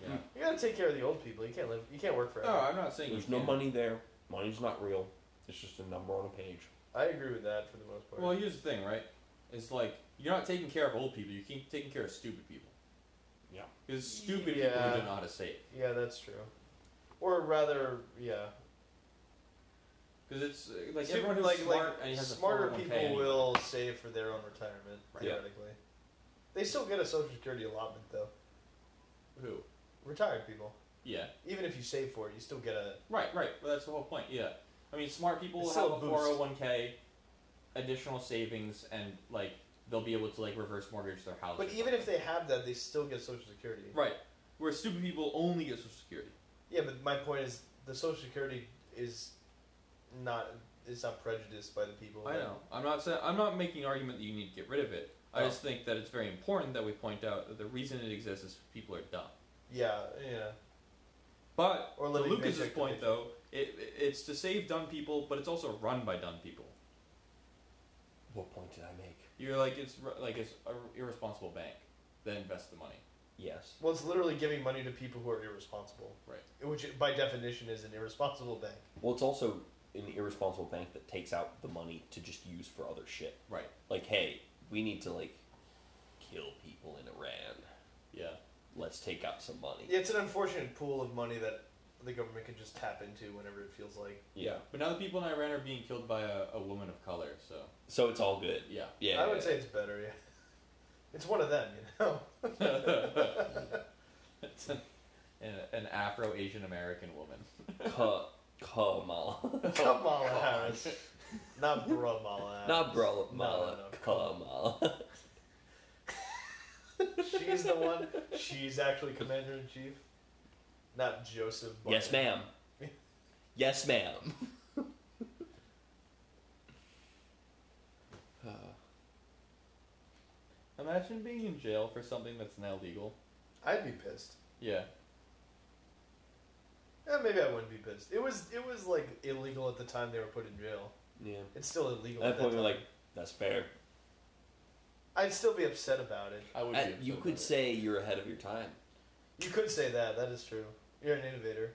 [SPEAKER 2] Yeah.
[SPEAKER 3] You gotta take care of the old people. You can't live. You can't work forever.
[SPEAKER 2] No, I'm not saying
[SPEAKER 5] There's
[SPEAKER 2] you
[SPEAKER 5] no
[SPEAKER 2] can't.
[SPEAKER 5] money there. Money's not real. It's just a number on a page.
[SPEAKER 3] I agree with that for the most part.
[SPEAKER 2] Well, here's the thing, right? It's like you're not taking care of old people. You keep taking care of stupid people.
[SPEAKER 5] Yeah.
[SPEAKER 2] Because stupid people
[SPEAKER 3] Yeah.
[SPEAKER 2] who don't know how to save.
[SPEAKER 3] yeah, that's true. Or rather, yeah,
[SPEAKER 2] Because it's uh, like
[SPEAKER 3] Super-
[SPEAKER 2] everyone who's
[SPEAKER 3] like,
[SPEAKER 2] smart
[SPEAKER 3] like,
[SPEAKER 2] and he has a
[SPEAKER 3] smarter
[SPEAKER 2] 401k
[SPEAKER 3] people
[SPEAKER 2] and-
[SPEAKER 3] will save for their own retirement
[SPEAKER 2] Right.
[SPEAKER 5] Yeah.
[SPEAKER 3] theoretically. They still get a social security allotment though.
[SPEAKER 2] Who?
[SPEAKER 3] Retired people,
[SPEAKER 2] Yeah.
[SPEAKER 3] even if you save for it, you still get a
[SPEAKER 2] Right. Right. Well, that's the whole point. Yeah. I mean, smart people
[SPEAKER 3] It's
[SPEAKER 2] have
[SPEAKER 3] still
[SPEAKER 2] a
[SPEAKER 3] a boost.
[SPEAKER 2] four hundred one k, additional savings, and like they'll be able to like reverse mortgage their house.
[SPEAKER 3] But
[SPEAKER 2] or
[SPEAKER 3] even
[SPEAKER 2] something.
[SPEAKER 3] if they have that, they still get Social Security.
[SPEAKER 2] right, where stupid people only get Social Security.
[SPEAKER 3] Yeah, but my point is the Social Security is not is not prejudiced by the people.
[SPEAKER 2] I
[SPEAKER 3] that-
[SPEAKER 2] know. I'm not saying I'm not making an argument that you need to get rid of it. I
[SPEAKER 3] Oh.
[SPEAKER 2] just think that it's very important that we point out that the reason it exists is people are dumb.
[SPEAKER 3] Yeah, yeah.
[SPEAKER 2] But
[SPEAKER 3] Or
[SPEAKER 2] to
[SPEAKER 3] living
[SPEAKER 2] Lucas's
[SPEAKER 3] paycheck to
[SPEAKER 2] point,
[SPEAKER 3] paycheck.
[SPEAKER 2] though, it, it- it's to save dumb people, but it's also run by dumb people.
[SPEAKER 5] What point did I make?
[SPEAKER 2] You're like it's ru- like it's an irresponsible bank that invests the money.
[SPEAKER 5] Yes.
[SPEAKER 3] Well, it's literally giving money to people who are irresponsible.
[SPEAKER 2] Right.
[SPEAKER 3] Which, by definition, is an irresponsible bank.
[SPEAKER 5] Well, it's also an irresponsible bank that takes out the money to just use for other shit.
[SPEAKER 2] Right.
[SPEAKER 5] Like, hey, we need to like kill people in Iran.
[SPEAKER 2] Yeah.
[SPEAKER 5] Let's take out some money.
[SPEAKER 3] Yeah, it's an unfortunate pool of money that the government can just tap into whenever it feels like.
[SPEAKER 5] Yeah.
[SPEAKER 2] But now the people in Iran are being killed by a, a woman of color. So
[SPEAKER 5] So it's all good.
[SPEAKER 2] yeah.
[SPEAKER 5] Yeah.
[SPEAKER 3] I would
[SPEAKER 5] yeah.
[SPEAKER 3] say it's better. Yeah. It's one of them, you know.
[SPEAKER 2] It's an, an, an Afro Asian American woman.
[SPEAKER 5] Ka- Kamala.
[SPEAKER 3] Kamala Harris, not Bramala. Harris.
[SPEAKER 5] Not bro,
[SPEAKER 3] No, no,
[SPEAKER 5] Mala.
[SPEAKER 3] no,
[SPEAKER 5] Kamala.
[SPEAKER 3] She's the one. She's actually commander in chief, not Joseph. Biden.
[SPEAKER 5] Yes, ma'am. Yes, ma'am.
[SPEAKER 2] Imagine being in jail for something that's now legal.
[SPEAKER 3] I'd be pissed.
[SPEAKER 2] Yeah.
[SPEAKER 3] Eh, maybe I wouldn't be pissed. It was it was like illegal at the time they were put in jail.
[SPEAKER 5] Yeah.
[SPEAKER 3] It's still illegal.
[SPEAKER 5] At
[SPEAKER 3] at
[SPEAKER 5] that point,
[SPEAKER 3] that
[SPEAKER 5] we're
[SPEAKER 3] time.
[SPEAKER 5] like, that's fair.
[SPEAKER 3] I'd still be upset about it.
[SPEAKER 2] I would.
[SPEAKER 5] Uh,
[SPEAKER 2] be upset
[SPEAKER 5] you
[SPEAKER 2] about
[SPEAKER 5] could
[SPEAKER 2] it.
[SPEAKER 5] say you're ahead of your time.
[SPEAKER 3] You could say that. That is true. You're an innovator.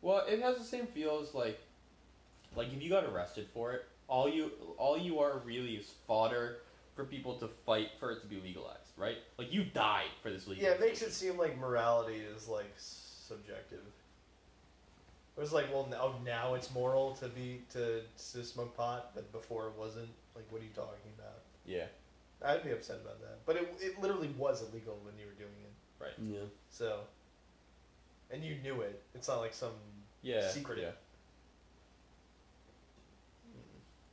[SPEAKER 2] Well, it has the same feel as like, like if you got arrested for it, all you all you are really is fodder for people to fight for it to be legalized, right? Like you died for this
[SPEAKER 3] Yeah,
[SPEAKER 2] legalization.
[SPEAKER 3] it makes it seem like morality is like subjective. It was like, well, now now it's moral to be to to smoke pot, but before it wasn't. Like, what are you talking about?
[SPEAKER 2] Yeah.
[SPEAKER 3] I'd be upset about that. But it it literally was illegal when you were doing it.
[SPEAKER 5] Yeah.
[SPEAKER 3] So, and you knew it. It's not like some.
[SPEAKER 2] Yeah.
[SPEAKER 3] Secret.
[SPEAKER 2] Yeah.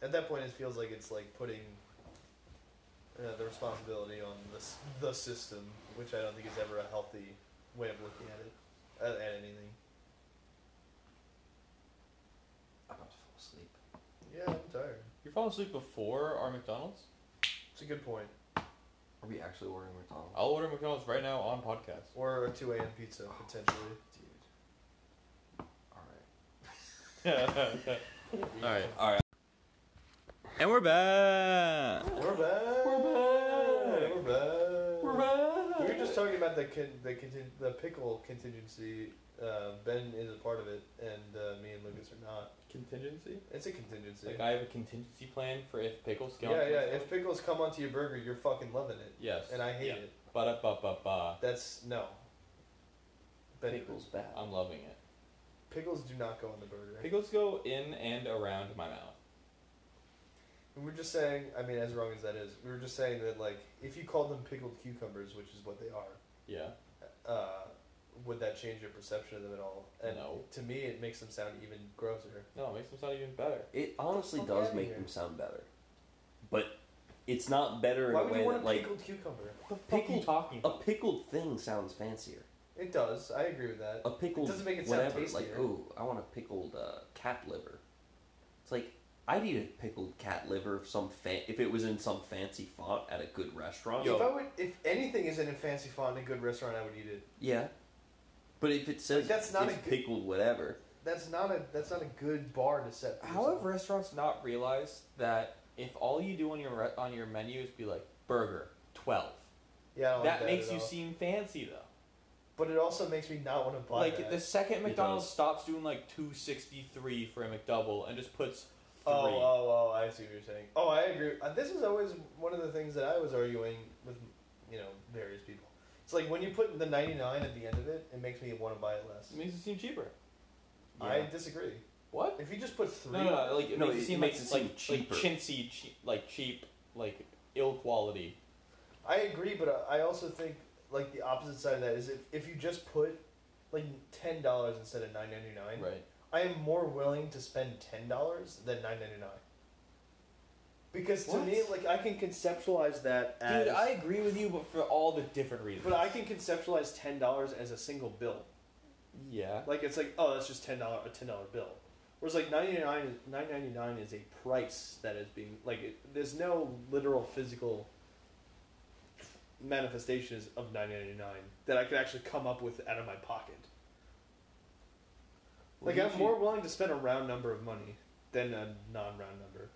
[SPEAKER 3] At that point, it feels like it's like putting uh, the responsibility on the s- the system, which I don't think is ever a healthy way of looking at it at, at anything.
[SPEAKER 5] I'm about to fall asleep.
[SPEAKER 3] Yeah, I'm tired.
[SPEAKER 2] You're falling asleep before our McDonald's.
[SPEAKER 3] It's a good point.
[SPEAKER 5] Are we actually ordering McDonald's?
[SPEAKER 2] I'll order McDonald's right now on podcast.
[SPEAKER 3] Or a 2 a.m. pizza, potentially.
[SPEAKER 5] Dude. Alright.
[SPEAKER 2] all right.
[SPEAKER 5] Alright.
[SPEAKER 2] And we're back.
[SPEAKER 3] We're back!
[SPEAKER 5] We're
[SPEAKER 3] We're back!
[SPEAKER 5] back.
[SPEAKER 3] We were just talking about the con- the, contin- the pickle contingency. Uh, ben is a part of it, and uh, me and Lucas are not.
[SPEAKER 2] Contingency.
[SPEAKER 3] It's a contingency.
[SPEAKER 2] Like I have a contingency plan for if pickles go.
[SPEAKER 3] yeah, yeah. If pickles come onto your burger, you're fucking loving it,
[SPEAKER 2] yes.
[SPEAKER 3] and I hate
[SPEAKER 2] Yeah.
[SPEAKER 3] it.
[SPEAKER 2] Ba ba ba ba.
[SPEAKER 3] That's no. Ben,
[SPEAKER 5] Pickles bad.
[SPEAKER 2] I'm loving it.
[SPEAKER 3] Pickles do not go on the burger.
[SPEAKER 2] Pickles go in and around my mouth.
[SPEAKER 3] We were just saying, I mean, as wrong as that is, we were just saying that, like, if you called them pickled cucumbers, which is what they are,
[SPEAKER 2] Yeah.
[SPEAKER 3] uh, would that change your perception of them at all? And
[SPEAKER 2] No.
[SPEAKER 3] to me, it makes them sound even grosser.
[SPEAKER 2] No, it makes them sound even better.
[SPEAKER 5] It honestly
[SPEAKER 3] Fuck
[SPEAKER 5] does
[SPEAKER 3] outta
[SPEAKER 5] make
[SPEAKER 3] here.
[SPEAKER 5] them sound better. But it's not better in
[SPEAKER 3] Why
[SPEAKER 5] a
[SPEAKER 3] would
[SPEAKER 5] way
[SPEAKER 3] you want
[SPEAKER 5] that,
[SPEAKER 3] a
[SPEAKER 5] like,
[SPEAKER 3] pickled cucumber?
[SPEAKER 2] The fuck are you talking
[SPEAKER 5] a
[SPEAKER 2] about?
[SPEAKER 5] pickled thing sounds fancier.
[SPEAKER 3] It does. I agree with that.
[SPEAKER 5] A pickled
[SPEAKER 3] doesn't make it sound
[SPEAKER 5] whatever. like,
[SPEAKER 3] tastier.
[SPEAKER 5] oh, I want a pickled uh, cat liver. It's like I'd eat a pickled cat liver if some fa- if it was in some fancy font at a good restaurant.
[SPEAKER 3] If I would, if anything is in a fancy font in a good restaurant, I would eat it.
[SPEAKER 5] Yeah, But if it says
[SPEAKER 3] Like, that's not
[SPEAKER 5] it's
[SPEAKER 3] a good-
[SPEAKER 5] pickled whatever,
[SPEAKER 3] That's not a that's not a good bar to set. for
[SPEAKER 2] How have
[SPEAKER 3] yourself.
[SPEAKER 2] restaurants not realized that if all you do on your re- on your menu is be like burger twelve,
[SPEAKER 3] yeah, I
[SPEAKER 5] Oh,
[SPEAKER 3] don't like
[SPEAKER 2] that makes
[SPEAKER 3] at
[SPEAKER 2] you
[SPEAKER 3] all.
[SPEAKER 2] seem fancy though.
[SPEAKER 3] But it also makes me not want to buy
[SPEAKER 2] like
[SPEAKER 3] that.
[SPEAKER 2] the second McDonald's
[SPEAKER 5] does.
[SPEAKER 2] stops doing like two sixty three for a McDouble and just puts three.
[SPEAKER 3] Oh,
[SPEAKER 5] uh,
[SPEAKER 3] oh, oh! I see what you're saying. Oh, I agree. Uh, This is always one of the things that I was arguing with, you know, various people. It's like when you put the 99 at the end of it, it makes me want to buy it less.
[SPEAKER 2] It makes it seem cheaper.
[SPEAKER 3] I disagree.
[SPEAKER 2] What?
[SPEAKER 3] If you just put three,
[SPEAKER 2] No, no, no, like it
[SPEAKER 5] No,
[SPEAKER 2] makes
[SPEAKER 5] it-
[SPEAKER 2] it seem
[SPEAKER 5] it
[SPEAKER 2] like
[SPEAKER 5] makes it
[SPEAKER 2] like,
[SPEAKER 5] seem
[SPEAKER 2] like
[SPEAKER 5] cheaper.
[SPEAKER 2] chintzy, cheap, like cheap, like ill quality.
[SPEAKER 3] I agree, but uh, I I also think like the opposite side of that is if, if you just put like ten dollars instead of nine ninety nine,
[SPEAKER 2] Right.
[SPEAKER 3] I am more willing to spend ten dollars than nine ninety nine. Because to
[SPEAKER 2] What?
[SPEAKER 3] me, like I can conceptualize that as
[SPEAKER 2] Dude, I agree with you, but for all the different reasons.
[SPEAKER 3] but I can conceptualize ten dollars as a single bill.
[SPEAKER 2] yeah.
[SPEAKER 3] Like it's like, oh, that's just ten dollar a ten dollar bill. Whereas like ninety nine nine ninety nine is a price that is being like it, there's no literal physical manifestations of nine ninety nine that I could actually come up with out of my pocket.
[SPEAKER 5] Well,
[SPEAKER 3] Like I'm
[SPEAKER 5] usually-
[SPEAKER 3] more willing to spend a round number of money than a non round number.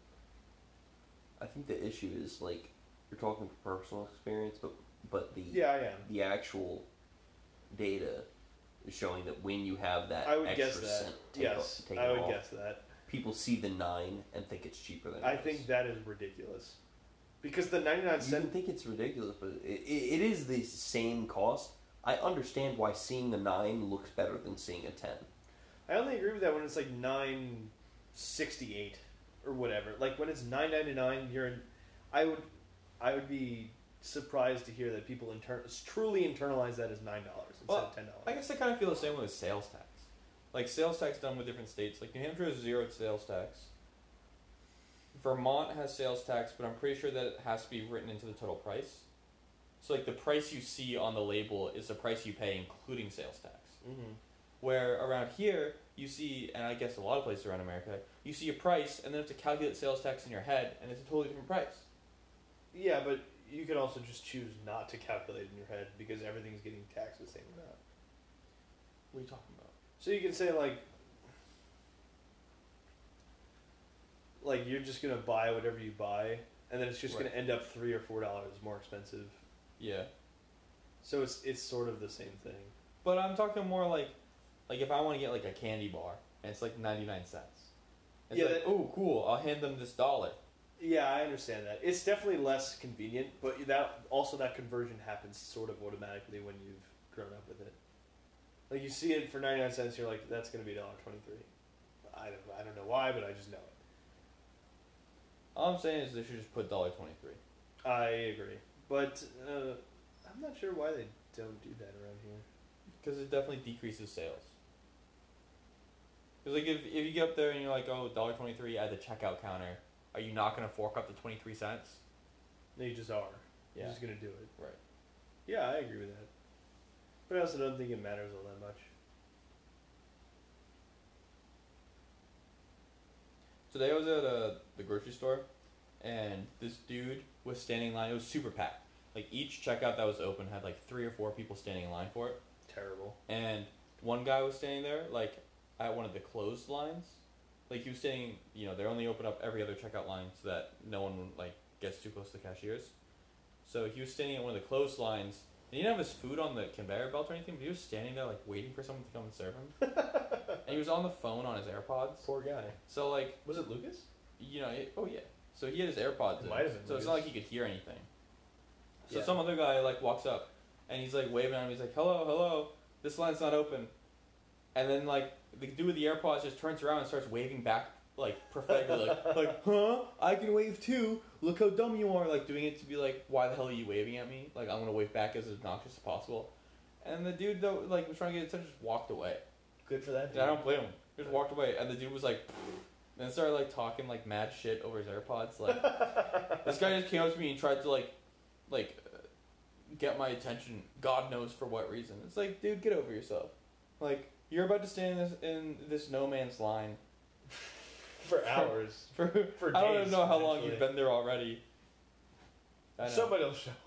[SPEAKER 5] I think the issue is like you're talking from personal experience, but but the
[SPEAKER 3] Yeah, I am.
[SPEAKER 5] the actual data is showing that when you have that
[SPEAKER 3] I would
[SPEAKER 5] extra
[SPEAKER 3] guess that.
[SPEAKER 5] cent take
[SPEAKER 3] Yes,
[SPEAKER 5] off, taken
[SPEAKER 3] I would
[SPEAKER 5] off,
[SPEAKER 3] guess that.
[SPEAKER 5] people see the nine and think it's cheaper than
[SPEAKER 3] I
[SPEAKER 5] it is.
[SPEAKER 3] think that is ridiculous. Because the ninety nine
[SPEAKER 5] You can
[SPEAKER 3] cent
[SPEAKER 5] think it's ridiculous, but it, it, it is the same cost. I understand why seeing the nine looks better than seeing a ten.
[SPEAKER 3] I only agree with that when it's like nine sixty eight or whatever. Like when it's nine ninety nine, you're in. I would, I would be surprised to hear that people inter- truly internalize that as nine dollars instead
[SPEAKER 2] Well,
[SPEAKER 3] of ten dollars.
[SPEAKER 2] I guess I kind of feel the same way with sales tax. Like sales tax done with different states. Like New Hampshire has zero sales tax. Vermont has sales tax, but I'm pretty sure that it has to be written into the total price. So like the price you see on the label is the price you pay including sales tax.
[SPEAKER 3] Mm-hmm.
[SPEAKER 2] Where around here you see, and I guess a lot of places around America, you see a price and then have to calculate sales tax in your head, and it's a totally different price.
[SPEAKER 3] Yeah, but you could also just choose not to calculate in your head because everything's getting taxed the same amount.
[SPEAKER 2] What are you talking about?
[SPEAKER 3] So you can say like, like you're just gonna buy whatever you buy, and then it's just
[SPEAKER 2] Right.
[SPEAKER 3] gonna end up three or four dollars more expensive.
[SPEAKER 2] Yeah.
[SPEAKER 3] So it's it's sort of the same thing.
[SPEAKER 2] But I'm talking more like, like if I want to get like a candy bar and it's like ninety nine cents. It's
[SPEAKER 3] Yeah,
[SPEAKER 2] like,
[SPEAKER 3] that-
[SPEAKER 2] oh, cool! I'll hand them this dollar.
[SPEAKER 3] Yeah, I understand that. It's definitely less convenient, but that also that conversion happens sort of automatically when you've grown up with it. Like you see it for ninety nine cents, you're like, that's gonna be dollar twenty three. I don't I don't know why, but I just know it.
[SPEAKER 2] All I'm saying is they should just put dollar twenty three.
[SPEAKER 3] I agree, but uh, I'm not sure why they don't do that around here.
[SPEAKER 2] Because it definitely decreases sales. Because like if, if you get up there and you're like, oh, dollar twenty three at the checkout counter, are you not gonna fork up the twenty three cents?
[SPEAKER 3] They just are.
[SPEAKER 2] Yeah.
[SPEAKER 3] You're just gonna do it.
[SPEAKER 2] Right.
[SPEAKER 3] Yeah, I agree with that. But I also don't think it matters all that much.
[SPEAKER 2] Today I was at uh, the grocery store, and this dude was standing in line. It was super packed. Like each checkout that was open had like three or four people standing in line for it.
[SPEAKER 3] Terrible.
[SPEAKER 2] and one guy was standing there like at one of the closed lines like he was standing you know they only open up every other checkout line so that no one like gets too close to the cashiers so he was standing at one of the closed lines and he didn't have his food on the conveyor belt or anything but he was standing there like waiting for someone to come and serve him and he was on the phone on his airpods
[SPEAKER 3] Poor guy.
[SPEAKER 2] so like
[SPEAKER 3] Was it Lucas?
[SPEAKER 2] you know it, oh yeah so he had his airpods
[SPEAKER 3] It
[SPEAKER 2] in
[SPEAKER 3] might have been
[SPEAKER 2] so it's
[SPEAKER 3] Lucas.
[SPEAKER 2] not like he could hear anything so
[SPEAKER 3] Yeah.
[SPEAKER 2] some other guy like walks up and he's like waving at him. He's like, "Hello, hello. This line's not open." And then like the dude with the AirPods just turns around and starts waving back like prophetically, like, like, "Huh? I can wave too. Look how dumb you are." Like doing it to be like, "Why the hell are you waving at me?" Like I'm gonna wave back as obnoxious as possible. And the dude though like was trying to get attention, just walked away.
[SPEAKER 3] Good for that.
[SPEAKER 2] And I don't blame him. He Just walked away, and the dude was like, and started like talking like mad shit over his AirPods. Like this guy just came up to me and tried to like, like, uh, get my attention. God knows for what reason. It's like, dude, get over yourself. Like you're about to stand in this, in this no man's line
[SPEAKER 3] For hours.
[SPEAKER 2] for.
[SPEAKER 3] For
[SPEAKER 2] I don't
[SPEAKER 3] days,
[SPEAKER 2] even know how long
[SPEAKER 3] potentially.
[SPEAKER 2] you've been there already. I know.
[SPEAKER 3] Somebody will show up.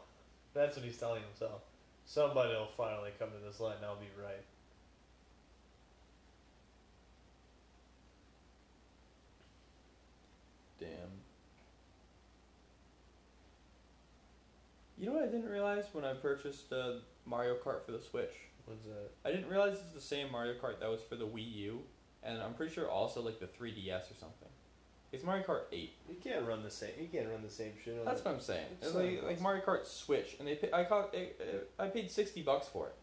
[SPEAKER 3] That's what he's telling himself. Somebody will finally come to this line. I'll be right.
[SPEAKER 2] You know what I didn't realize when I purchased uh, Mario Kart for the Switch?
[SPEAKER 3] What's that?
[SPEAKER 2] I didn't realize it's the same Mario Kart that was for the Wii U, and I'm pretty sure also like the 3DS or something. It's Mario Kart 8.
[SPEAKER 3] You can't run the same. You can't run the same shit. On
[SPEAKER 2] That's
[SPEAKER 3] that.
[SPEAKER 2] what I'm saying.
[SPEAKER 3] It's
[SPEAKER 2] It's
[SPEAKER 3] not
[SPEAKER 2] like, like
[SPEAKER 3] impossible.
[SPEAKER 2] Mario Kart Switch, and they pay, I caught, I, I paid 60 bucks for it.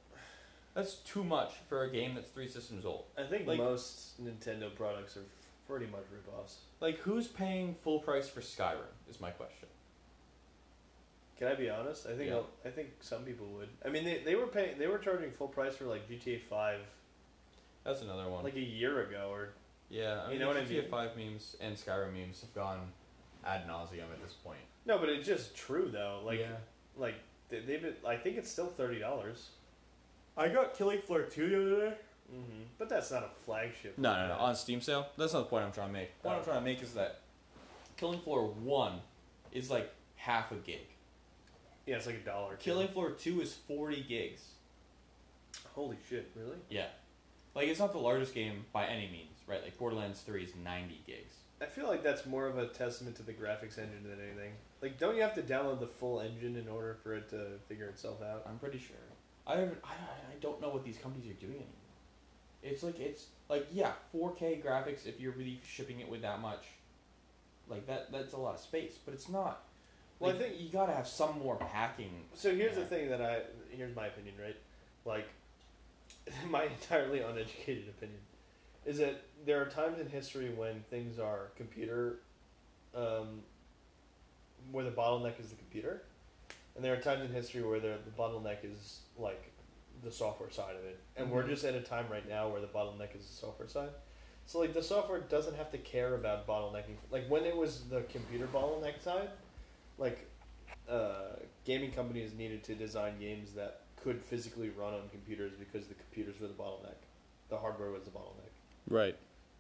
[SPEAKER 2] That's too much for a game that's three systems old.
[SPEAKER 3] I think
[SPEAKER 2] like-
[SPEAKER 3] most Nintendo products are pretty much ripoffs.
[SPEAKER 2] Like, who's paying full price for Skyrim? Is my question.
[SPEAKER 3] Can I be honest? I think
[SPEAKER 2] Yeah.
[SPEAKER 3] I think some people would. I mean, they, they were paying they were charging full price for like GTA Five
[SPEAKER 2] That's another one.
[SPEAKER 3] like a year ago or
[SPEAKER 2] yeah, I
[SPEAKER 3] you
[SPEAKER 2] mean,
[SPEAKER 3] know what I
[SPEAKER 2] GTA
[SPEAKER 3] mean?
[SPEAKER 2] Five memes and Skyrim memes have gone ad nauseum at this point.
[SPEAKER 3] no, but it's just true though. Like
[SPEAKER 2] Yeah.
[SPEAKER 3] like they, they've been, I think it's still thirty dollars.
[SPEAKER 2] I got Killing Floor 2 the other day.
[SPEAKER 3] Mm-hmm. But that's not a flagship.
[SPEAKER 2] No, no, no. On Steam sale? That's not the point I'm trying to make. The point I'm trying to make is that Killing Floor 1 is like half a gig.
[SPEAKER 3] Yeah, it's like a dollar.
[SPEAKER 2] Killing Floor 2 is 40 gigs.
[SPEAKER 3] Holy shit! Really?
[SPEAKER 2] Yeah. Like, it's not the largest game by any means, right? Like, Borderlands 3 is 90 gigs.
[SPEAKER 3] I feel like that's more of a testament to the graphics engine than anything. Like, don't you have to download the full engine in order for it to figure itself out?
[SPEAKER 2] I'm pretty sure. I haven't, I, I don't know what these companies are doing anymore. It's like it's like yeah, 4K graphics. If you're really shipping it with that much, like that, that's a lot of space. But it's not.
[SPEAKER 3] Well, I
[SPEAKER 2] Like,
[SPEAKER 3] think-
[SPEAKER 2] you gotta have some more packing.
[SPEAKER 3] So here's
[SPEAKER 2] Yeah.
[SPEAKER 3] the thing that I here's my opinion, right? Like, my entirely uneducated opinion is that there are times in history when things are computer, um, where the bottleneck is the computer, and there are times in history where the the bottleneck is like the software side of it, and we're
[SPEAKER 2] Mhm.
[SPEAKER 3] just at a time right now where the bottleneck is the software side. So like the software doesn't have to care about bottlenecking. Like when it was the computer bottleneck side, like uh, gaming companies needed to design games that could physically run on computers because the computers were the bottleneck. The hardware was the bottleneck.
[SPEAKER 2] Right.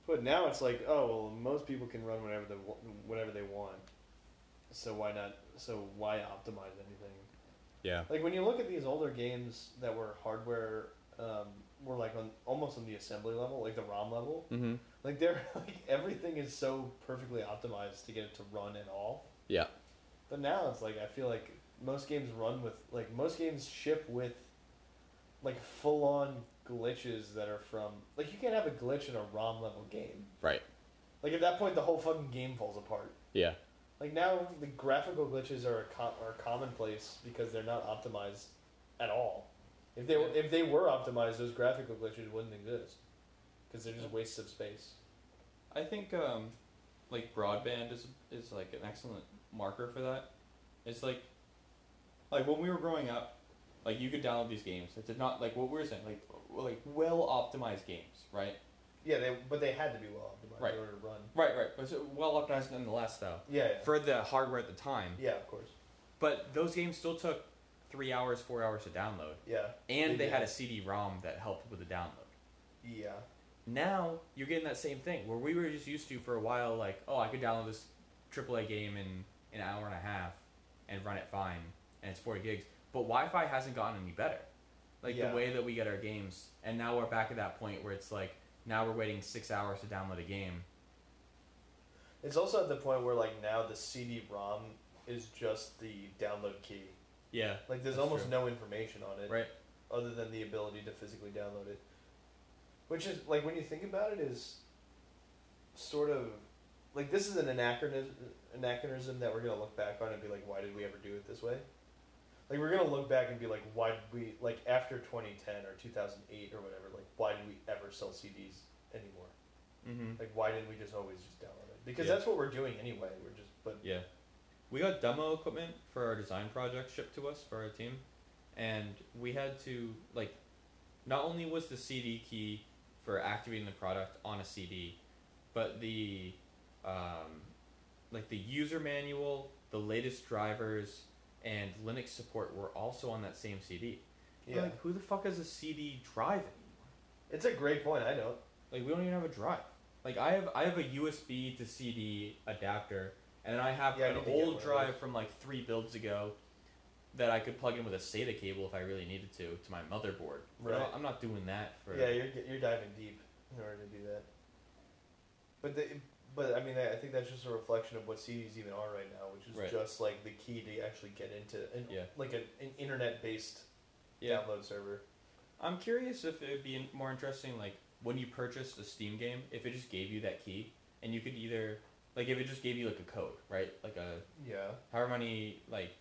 [SPEAKER 3] But now it's like, oh, well, most people can run whatever they wa- whatever they want. So why not? So why optimize anything?
[SPEAKER 2] Yeah.
[SPEAKER 3] Like when you look at these older games that were hardware, um, were like on almost on the assembly level, like the ROM level.
[SPEAKER 2] Mm-hmm.
[SPEAKER 3] Like they're like everything is so perfectly optimized to get it to run at all.
[SPEAKER 2] Yeah.
[SPEAKER 3] But now it's like I feel like most games run with like most games ship with like full on glitches that are from like you can't have a glitch in a ROM level game.
[SPEAKER 2] Right.
[SPEAKER 3] Like at that point the whole fucking game falls apart.
[SPEAKER 2] Yeah.
[SPEAKER 3] Like now the graphical glitches are a com- are commonplace because they're not optimized at all. If they were, if they were optimized, those graphical glitches wouldn't exist because they're just wastes of space.
[SPEAKER 2] I think um, like broadband is is like an excellent marker for that. It's like like when we were growing up, like you could download these games. It did not like what we were saying, like like well optimized games, right?
[SPEAKER 3] Yeah, they but they had to be well optimized
[SPEAKER 2] Right.
[SPEAKER 3] in order to run.
[SPEAKER 2] Right, right. But so well optimized nonetheless, though
[SPEAKER 3] Yeah, yeah,
[SPEAKER 2] for the hardware at the time.
[SPEAKER 3] yeah, of course.
[SPEAKER 2] But those games still took three hours, four hours to download,
[SPEAKER 3] Yeah,
[SPEAKER 2] and
[SPEAKER 3] They
[SPEAKER 2] they
[SPEAKER 3] did.
[SPEAKER 2] had a CD-ROM that helped with the download.
[SPEAKER 3] yeah.
[SPEAKER 2] now you're getting that same thing where we were just used to for a while like oh i could download this aaa game in an hour and a half and run it fine and it's 40 gigs but wi-fi hasn't gotten any better like
[SPEAKER 3] Yeah.
[SPEAKER 2] the way that we get our games and now we're back at that point where it's like now we're waiting six hours to download a game
[SPEAKER 3] It's also at the point where like now the CD-ROM is just the download key.
[SPEAKER 2] yeah
[SPEAKER 3] Like there's
[SPEAKER 2] That's
[SPEAKER 3] almost
[SPEAKER 2] true.
[SPEAKER 3] no information on it,
[SPEAKER 2] right
[SPEAKER 3] other than the ability to physically download it. Which is like when you think about it, is sort of like this is an anachronism, anachronism that we're gonna look back on and be like, why did we ever do it this way? Like we're gonna look back and be like, why did we like after 2010 or 2008 or whatever? Like why did we ever sell CDs anymore?
[SPEAKER 2] mm-hmm
[SPEAKER 3] Like why didn't we just always just download it? Because
[SPEAKER 2] Yeah.
[SPEAKER 3] that's what we're doing anyway. We're just but
[SPEAKER 2] Yeah. We got demo equipment for our design project shipped to us for our team. And we had to, like, not only was the CD key for activating the product on a CD, but the, um, like, the user manual, the latest drivers, and Linux support were also on that same CD. We're
[SPEAKER 3] yeah,
[SPEAKER 2] Like, who the fuck has a CD drive anymore?
[SPEAKER 3] it's a great point. I don't.
[SPEAKER 2] Like we don't even have a drive. Like I have I have a USB to CD adapter, and I have
[SPEAKER 3] Yeah, I
[SPEAKER 2] an
[SPEAKER 3] need to get one
[SPEAKER 2] old
[SPEAKER 3] of
[SPEAKER 2] drive
[SPEAKER 3] those.
[SPEAKER 2] from like three builds ago that I could plug in with a SATA cable if I really needed to to my motherboard. But I'm
[SPEAKER 3] Right.
[SPEAKER 2] not- I'm not doing that for.
[SPEAKER 3] Yeah, you're you're diving deep in order to do that. But the But I mean, I I think that's just a reflection of what CDs even are right now, which is
[SPEAKER 2] Right.
[SPEAKER 3] just like the key to actually get into an,
[SPEAKER 2] Yeah.
[SPEAKER 3] like an, an internet-based
[SPEAKER 2] Yeah.
[SPEAKER 3] download server.
[SPEAKER 2] I'm curious if it would be more interesting, like when you purchased a Steam game, if it just gave you that key, and you could either, like, if it just gave you like a code, right, like a
[SPEAKER 3] Yeah.
[SPEAKER 2] however many like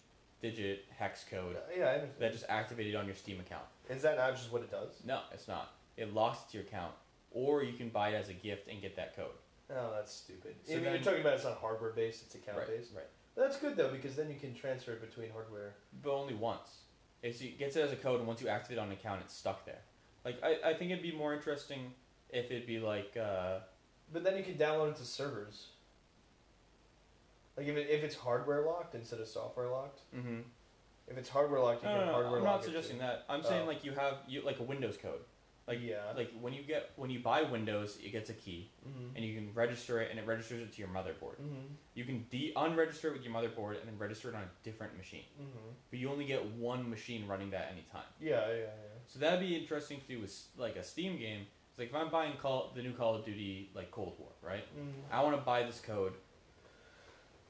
[SPEAKER 2] digit hex code
[SPEAKER 3] Uh, Yeah, I understand.
[SPEAKER 2] that just activated on your Steam account.
[SPEAKER 3] Is that not just what it does?
[SPEAKER 2] No, it's not. It locks it to your account, or you can buy it as a gift and get that code.
[SPEAKER 3] No, Oh, that's stupid.
[SPEAKER 2] So
[SPEAKER 3] I mean,
[SPEAKER 2] then-
[SPEAKER 3] you're talking about it's not hardware-based; it's account-based.
[SPEAKER 2] Right.
[SPEAKER 3] But That's good though, because then you can transfer it between hardware.
[SPEAKER 2] but only once. It's, it gets it as a code, and once you activate it on an account, it's stuck there. Like I, I think it'd be more interesting if it'd be like uh,
[SPEAKER 3] But then you can download it to servers. Like if, it, if it's hardware locked instead of software locked.
[SPEAKER 2] mm-hmm.
[SPEAKER 3] If it's hardware locked, you
[SPEAKER 2] No,
[SPEAKER 3] can
[SPEAKER 2] no, no,
[SPEAKER 3] hardware
[SPEAKER 2] I'm
[SPEAKER 3] lock
[SPEAKER 2] not
[SPEAKER 3] it too.
[SPEAKER 2] suggesting that. I'm saying
[SPEAKER 3] Oh.
[SPEAKER 2] like you have you like a Windows code. Like
[SPEAKER 3] Yeah.
[SPEAKER 2] Like when you get when you buy Windows, it gets a key,
[SPEAKER 3] Mm-hmm.
[SPEAKER 2] and you can register it, and it registers it to your motherboard.
[SPEAKER 3] Mm-hmm.
[SPEAKER 2] You can de unregister it with your motherboard, and then register it on a different machine.
[SPEAKER 3] Mm-hmm.
[SPEAKER 2] But you only get one machine running that any time.
[SPEAKER 3] Yeah, yeah,
[SPEAKER 2] So that'd be interesting to do with like a Steam game. It's like if I'm buying Call the new Call of Duty like Cold War, right?
[SPEAKER 3] yeah. Mm-hmm.
[SPEAKER 2] I want to buy this code.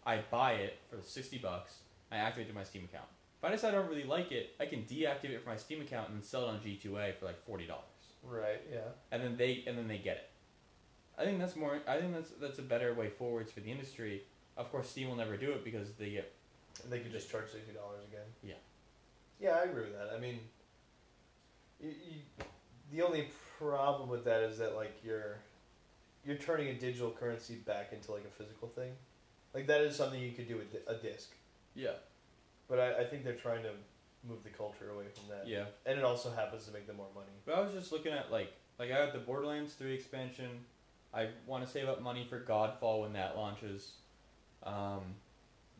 [SPEAKER 2] I buy it for sixty bucks. I activate it to my Steam account. If I decide I don't really like it, I can deactivate it from my Steam account and then sell it on G2A for like forty dollars,
[SPEAKER 3] Right, yeah.
[SPEAKER 2] and then they and then they get it. I think that's more. I think that's that's a better way forwards for the industry. Of course, Steam will never do it because they get
[SPEAKER 3] And they could just charge sixty dollars again.
[SPEAKER 2] Yeah.
[SPEAKER 3] Yeah, I agree with that. I mean, you, you, the only problem with that is that like you're you're turning a digital currency back into like a physical thing. Like that is something you could do with a disc,
[SPEAKER 2] yeah
[SPEAKER 3] but I, I think they're trying to move the culture away from that.
[SPEAKER 2] yeah.
[SPEAKER 3] And it also happens to make them more money.
[SPEAKER 2] But I was just looking at like like I got the Borderlands three expansion. I want to save up money for Godfall when that launches. Um,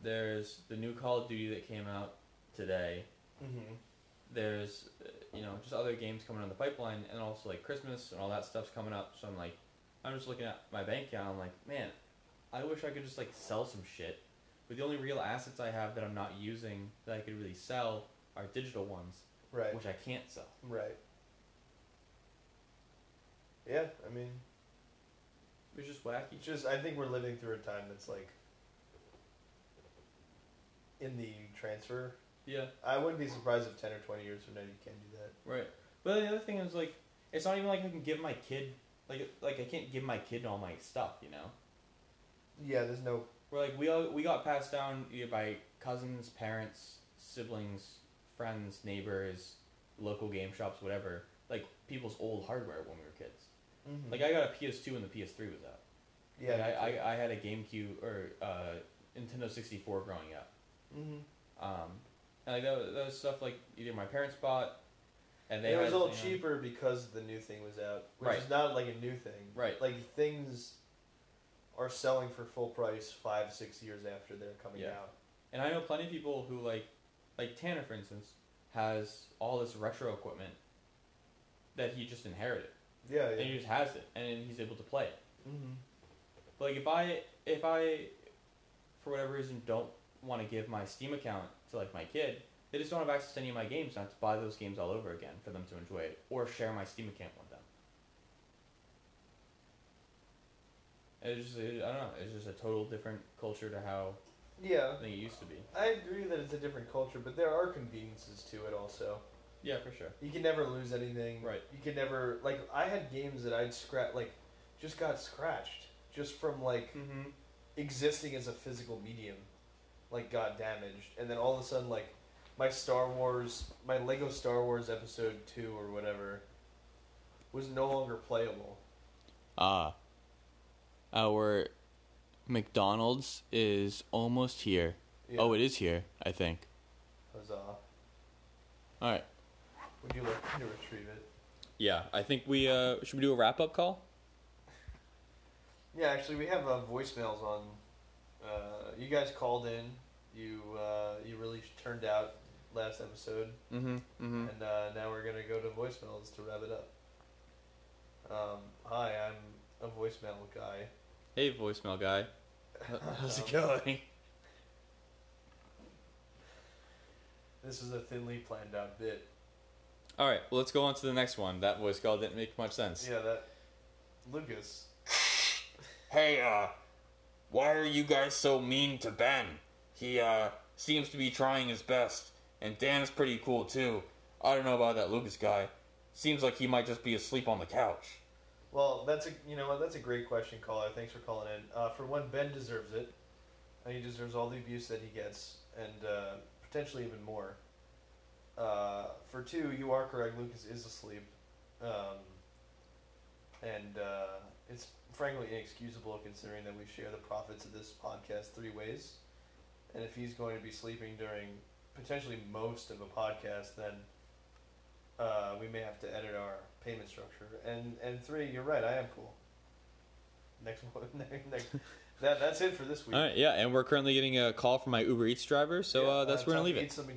[SPEAKER 2] there's the new Call of Duty that came out today.
[SPEAKER 3] Mm-hmm.
[SPEAKER 2] There's uh, you know just other games coming on the pipeline, and also like Christmas and all that stuff's coming up. So I'm like, I'm just looking at my bank account. I'm like, man, I wish I could just like sell some shit. But the only real assets I have that I'm not using that I could really sell are digital ones,
[SPEAKER 3] Right.
[SPEAKER 2] which I can't sell.
[SPEAKER 3] Right. Yeah, I mean,
[SPEAKER 2] It's just wacky.
[SPEAKER 3] It's just I think we're living through a time that's like in the transfer.
[SPEAKER 2] Yeah.
[SPEAKER 3] I wouldn't be surprised if ten or twenty years from now you can do that.
[SPEAKER 2] Right. But the other thing is like, it's not even like I can give my kid like like I can't give my kid all my stuff, you know.
[SPEAKER 3] Yeah, there's no
[SPEAKER 2] We're like we all, we got passed down either by cousins, parents, siblings, friends, neighbors, local game shops, whatever. Like people's old hardware when we were kids. Like I got a PS2 when the PS3 was out.
[SPEAKER 3] Mm-hmm. Hmm. yeah.
[SPEAKER 2] Like, I, I I had a GameCube or uh, Nintendo 64 growing up.
[SPEAKER 3] mm-hmm.
[SPEAKER 2] Um, and like that, was- that was stuff like either my parents bought, and they
[SPEAKER 3] it
[SPEAKER 2] had
[SPEAKER 3] was all
[SPEAKER 2] you know-
[SPEAKER 3] cheaper because the new thing was out, which
[SPEAKER 2] Right.
[SPEAKER 3] is not like a new thing.
[SPEAKER 2] Right.
[SPEAKER 3] Like things are selling for full price five six years after they're coming
[SPEAKER 2] Yeah.
[SPEAKER 3] out.
[SPEAKER 2] And I know plenty of people who like, like Tanner, for instance, has all this retro equipment that he just inherited,
[SPEAKER 3] Yeah,
[SPEAKER 2] and he
[SPEAKER 3] yeah.
[SPEAKER 2] just has it, and he's able to play it.
[SPEAKER 3] Mm-hmm.
[SPEAKER 2] But like if I, if I, for whatever reason, don't want to give my Steam account to like my kid, they just don't have access to any of my games. And I have to buy those games all over again for them to enjoy it, or share my Steam account with them. It's just, it, I don't know. It's just a total different culture to how
[SPEAKER 3] Yeah,
[SPEAKER 2] I think it used to be.
[SPEAKER 3] I agree that it's a different culture, but there are conveniences to it also.
[SPEAKER 2] Yeah, for sure.
[SPEAKER 3] You can never lose anything.
[SPEAKER 2] Right.
[SPEAKER 3] You can never like I had games that I'd scratch like just got scratched just from like
[SPEAKER 2] Mm-hmm.
[SPEAKER 3] existing as a physical medium, like got damaged, and then all of a sudden like my Star Wars, my Lego Star Wars Episode Two or whatever, was no longer playable.
[SPEAKER 2] Ah. our McDonald's is almost here.
[SPEAKER 3] Yeah.
[SPEAKER 2] Oh, it is here, I think.
[SPEAKER 3] Huzzah!
[SPEAKER 2] All right.
[SPEAKER 3] Would you like me to retrieve it?
[SPEAKER 2] Yeah, I think we uh should we do a wrap up call?
[SPEAKER 3] Yeah, actually, we have uh, voicemails on. Uh, you guys called in. You uh, you really turned out last episode.
[SPEAKER 2] Mhm. Mhm.
[SPEAKER 3] And uh, now we're gonna go to voicemails to wrap it up. Um, hi, I'm a voicemail guy.
[SPEAKER 2] Hey, voicemail guy. H- How's it going?
[SPEAKER 3] This is a thinly planned out bit.
[SPEAKER 2] All right. Well, let's go on to the next one. That voice call didn't make much sense.
[SPEAKER 3] Yeah, that Lucas.
[SPEAKER 6] Hey, uh,
[SPEAKER 7] Why are you guys so mean to Ben? He uh seems to be trying his best, and Dan's pretty cool too. I don't know about that Lucas guy. Seems like he might just be asleep on the couch.
[SPEAKER 3] Well, that's a you know what that's a great question, caller. Thanks for calling in. Uh, for one, Ben deserves it. And he deserves all the abuse that he gets, and uh, potentially even more. Uh, for two, you are correct. Lucas is asleep, um, and uh, it's frankly inexcusable considering that we share the profits of this podcast three ways. And if he's going to be sleeping during potentially most of a podcast, then uh, we may have to edit our payment structure. And and three, you're right. I am cool. Next one. Next, that that's it for this week.
[SPEAKER 2] All right, yeah, and we're currently getting a call from my Uber Eats driver, so
[SPEAKER 3] Yeah,
[SPEAKER 2] uh, that's
[SPEAKER 3] uh,
[SPEAKER 2] where we're
[SPEAKER 3] time
[SPEAKER 2] gonna leave
[SPEAKER 3] to
[SPEAKER 2] it.
[SPEAKER 3] eat some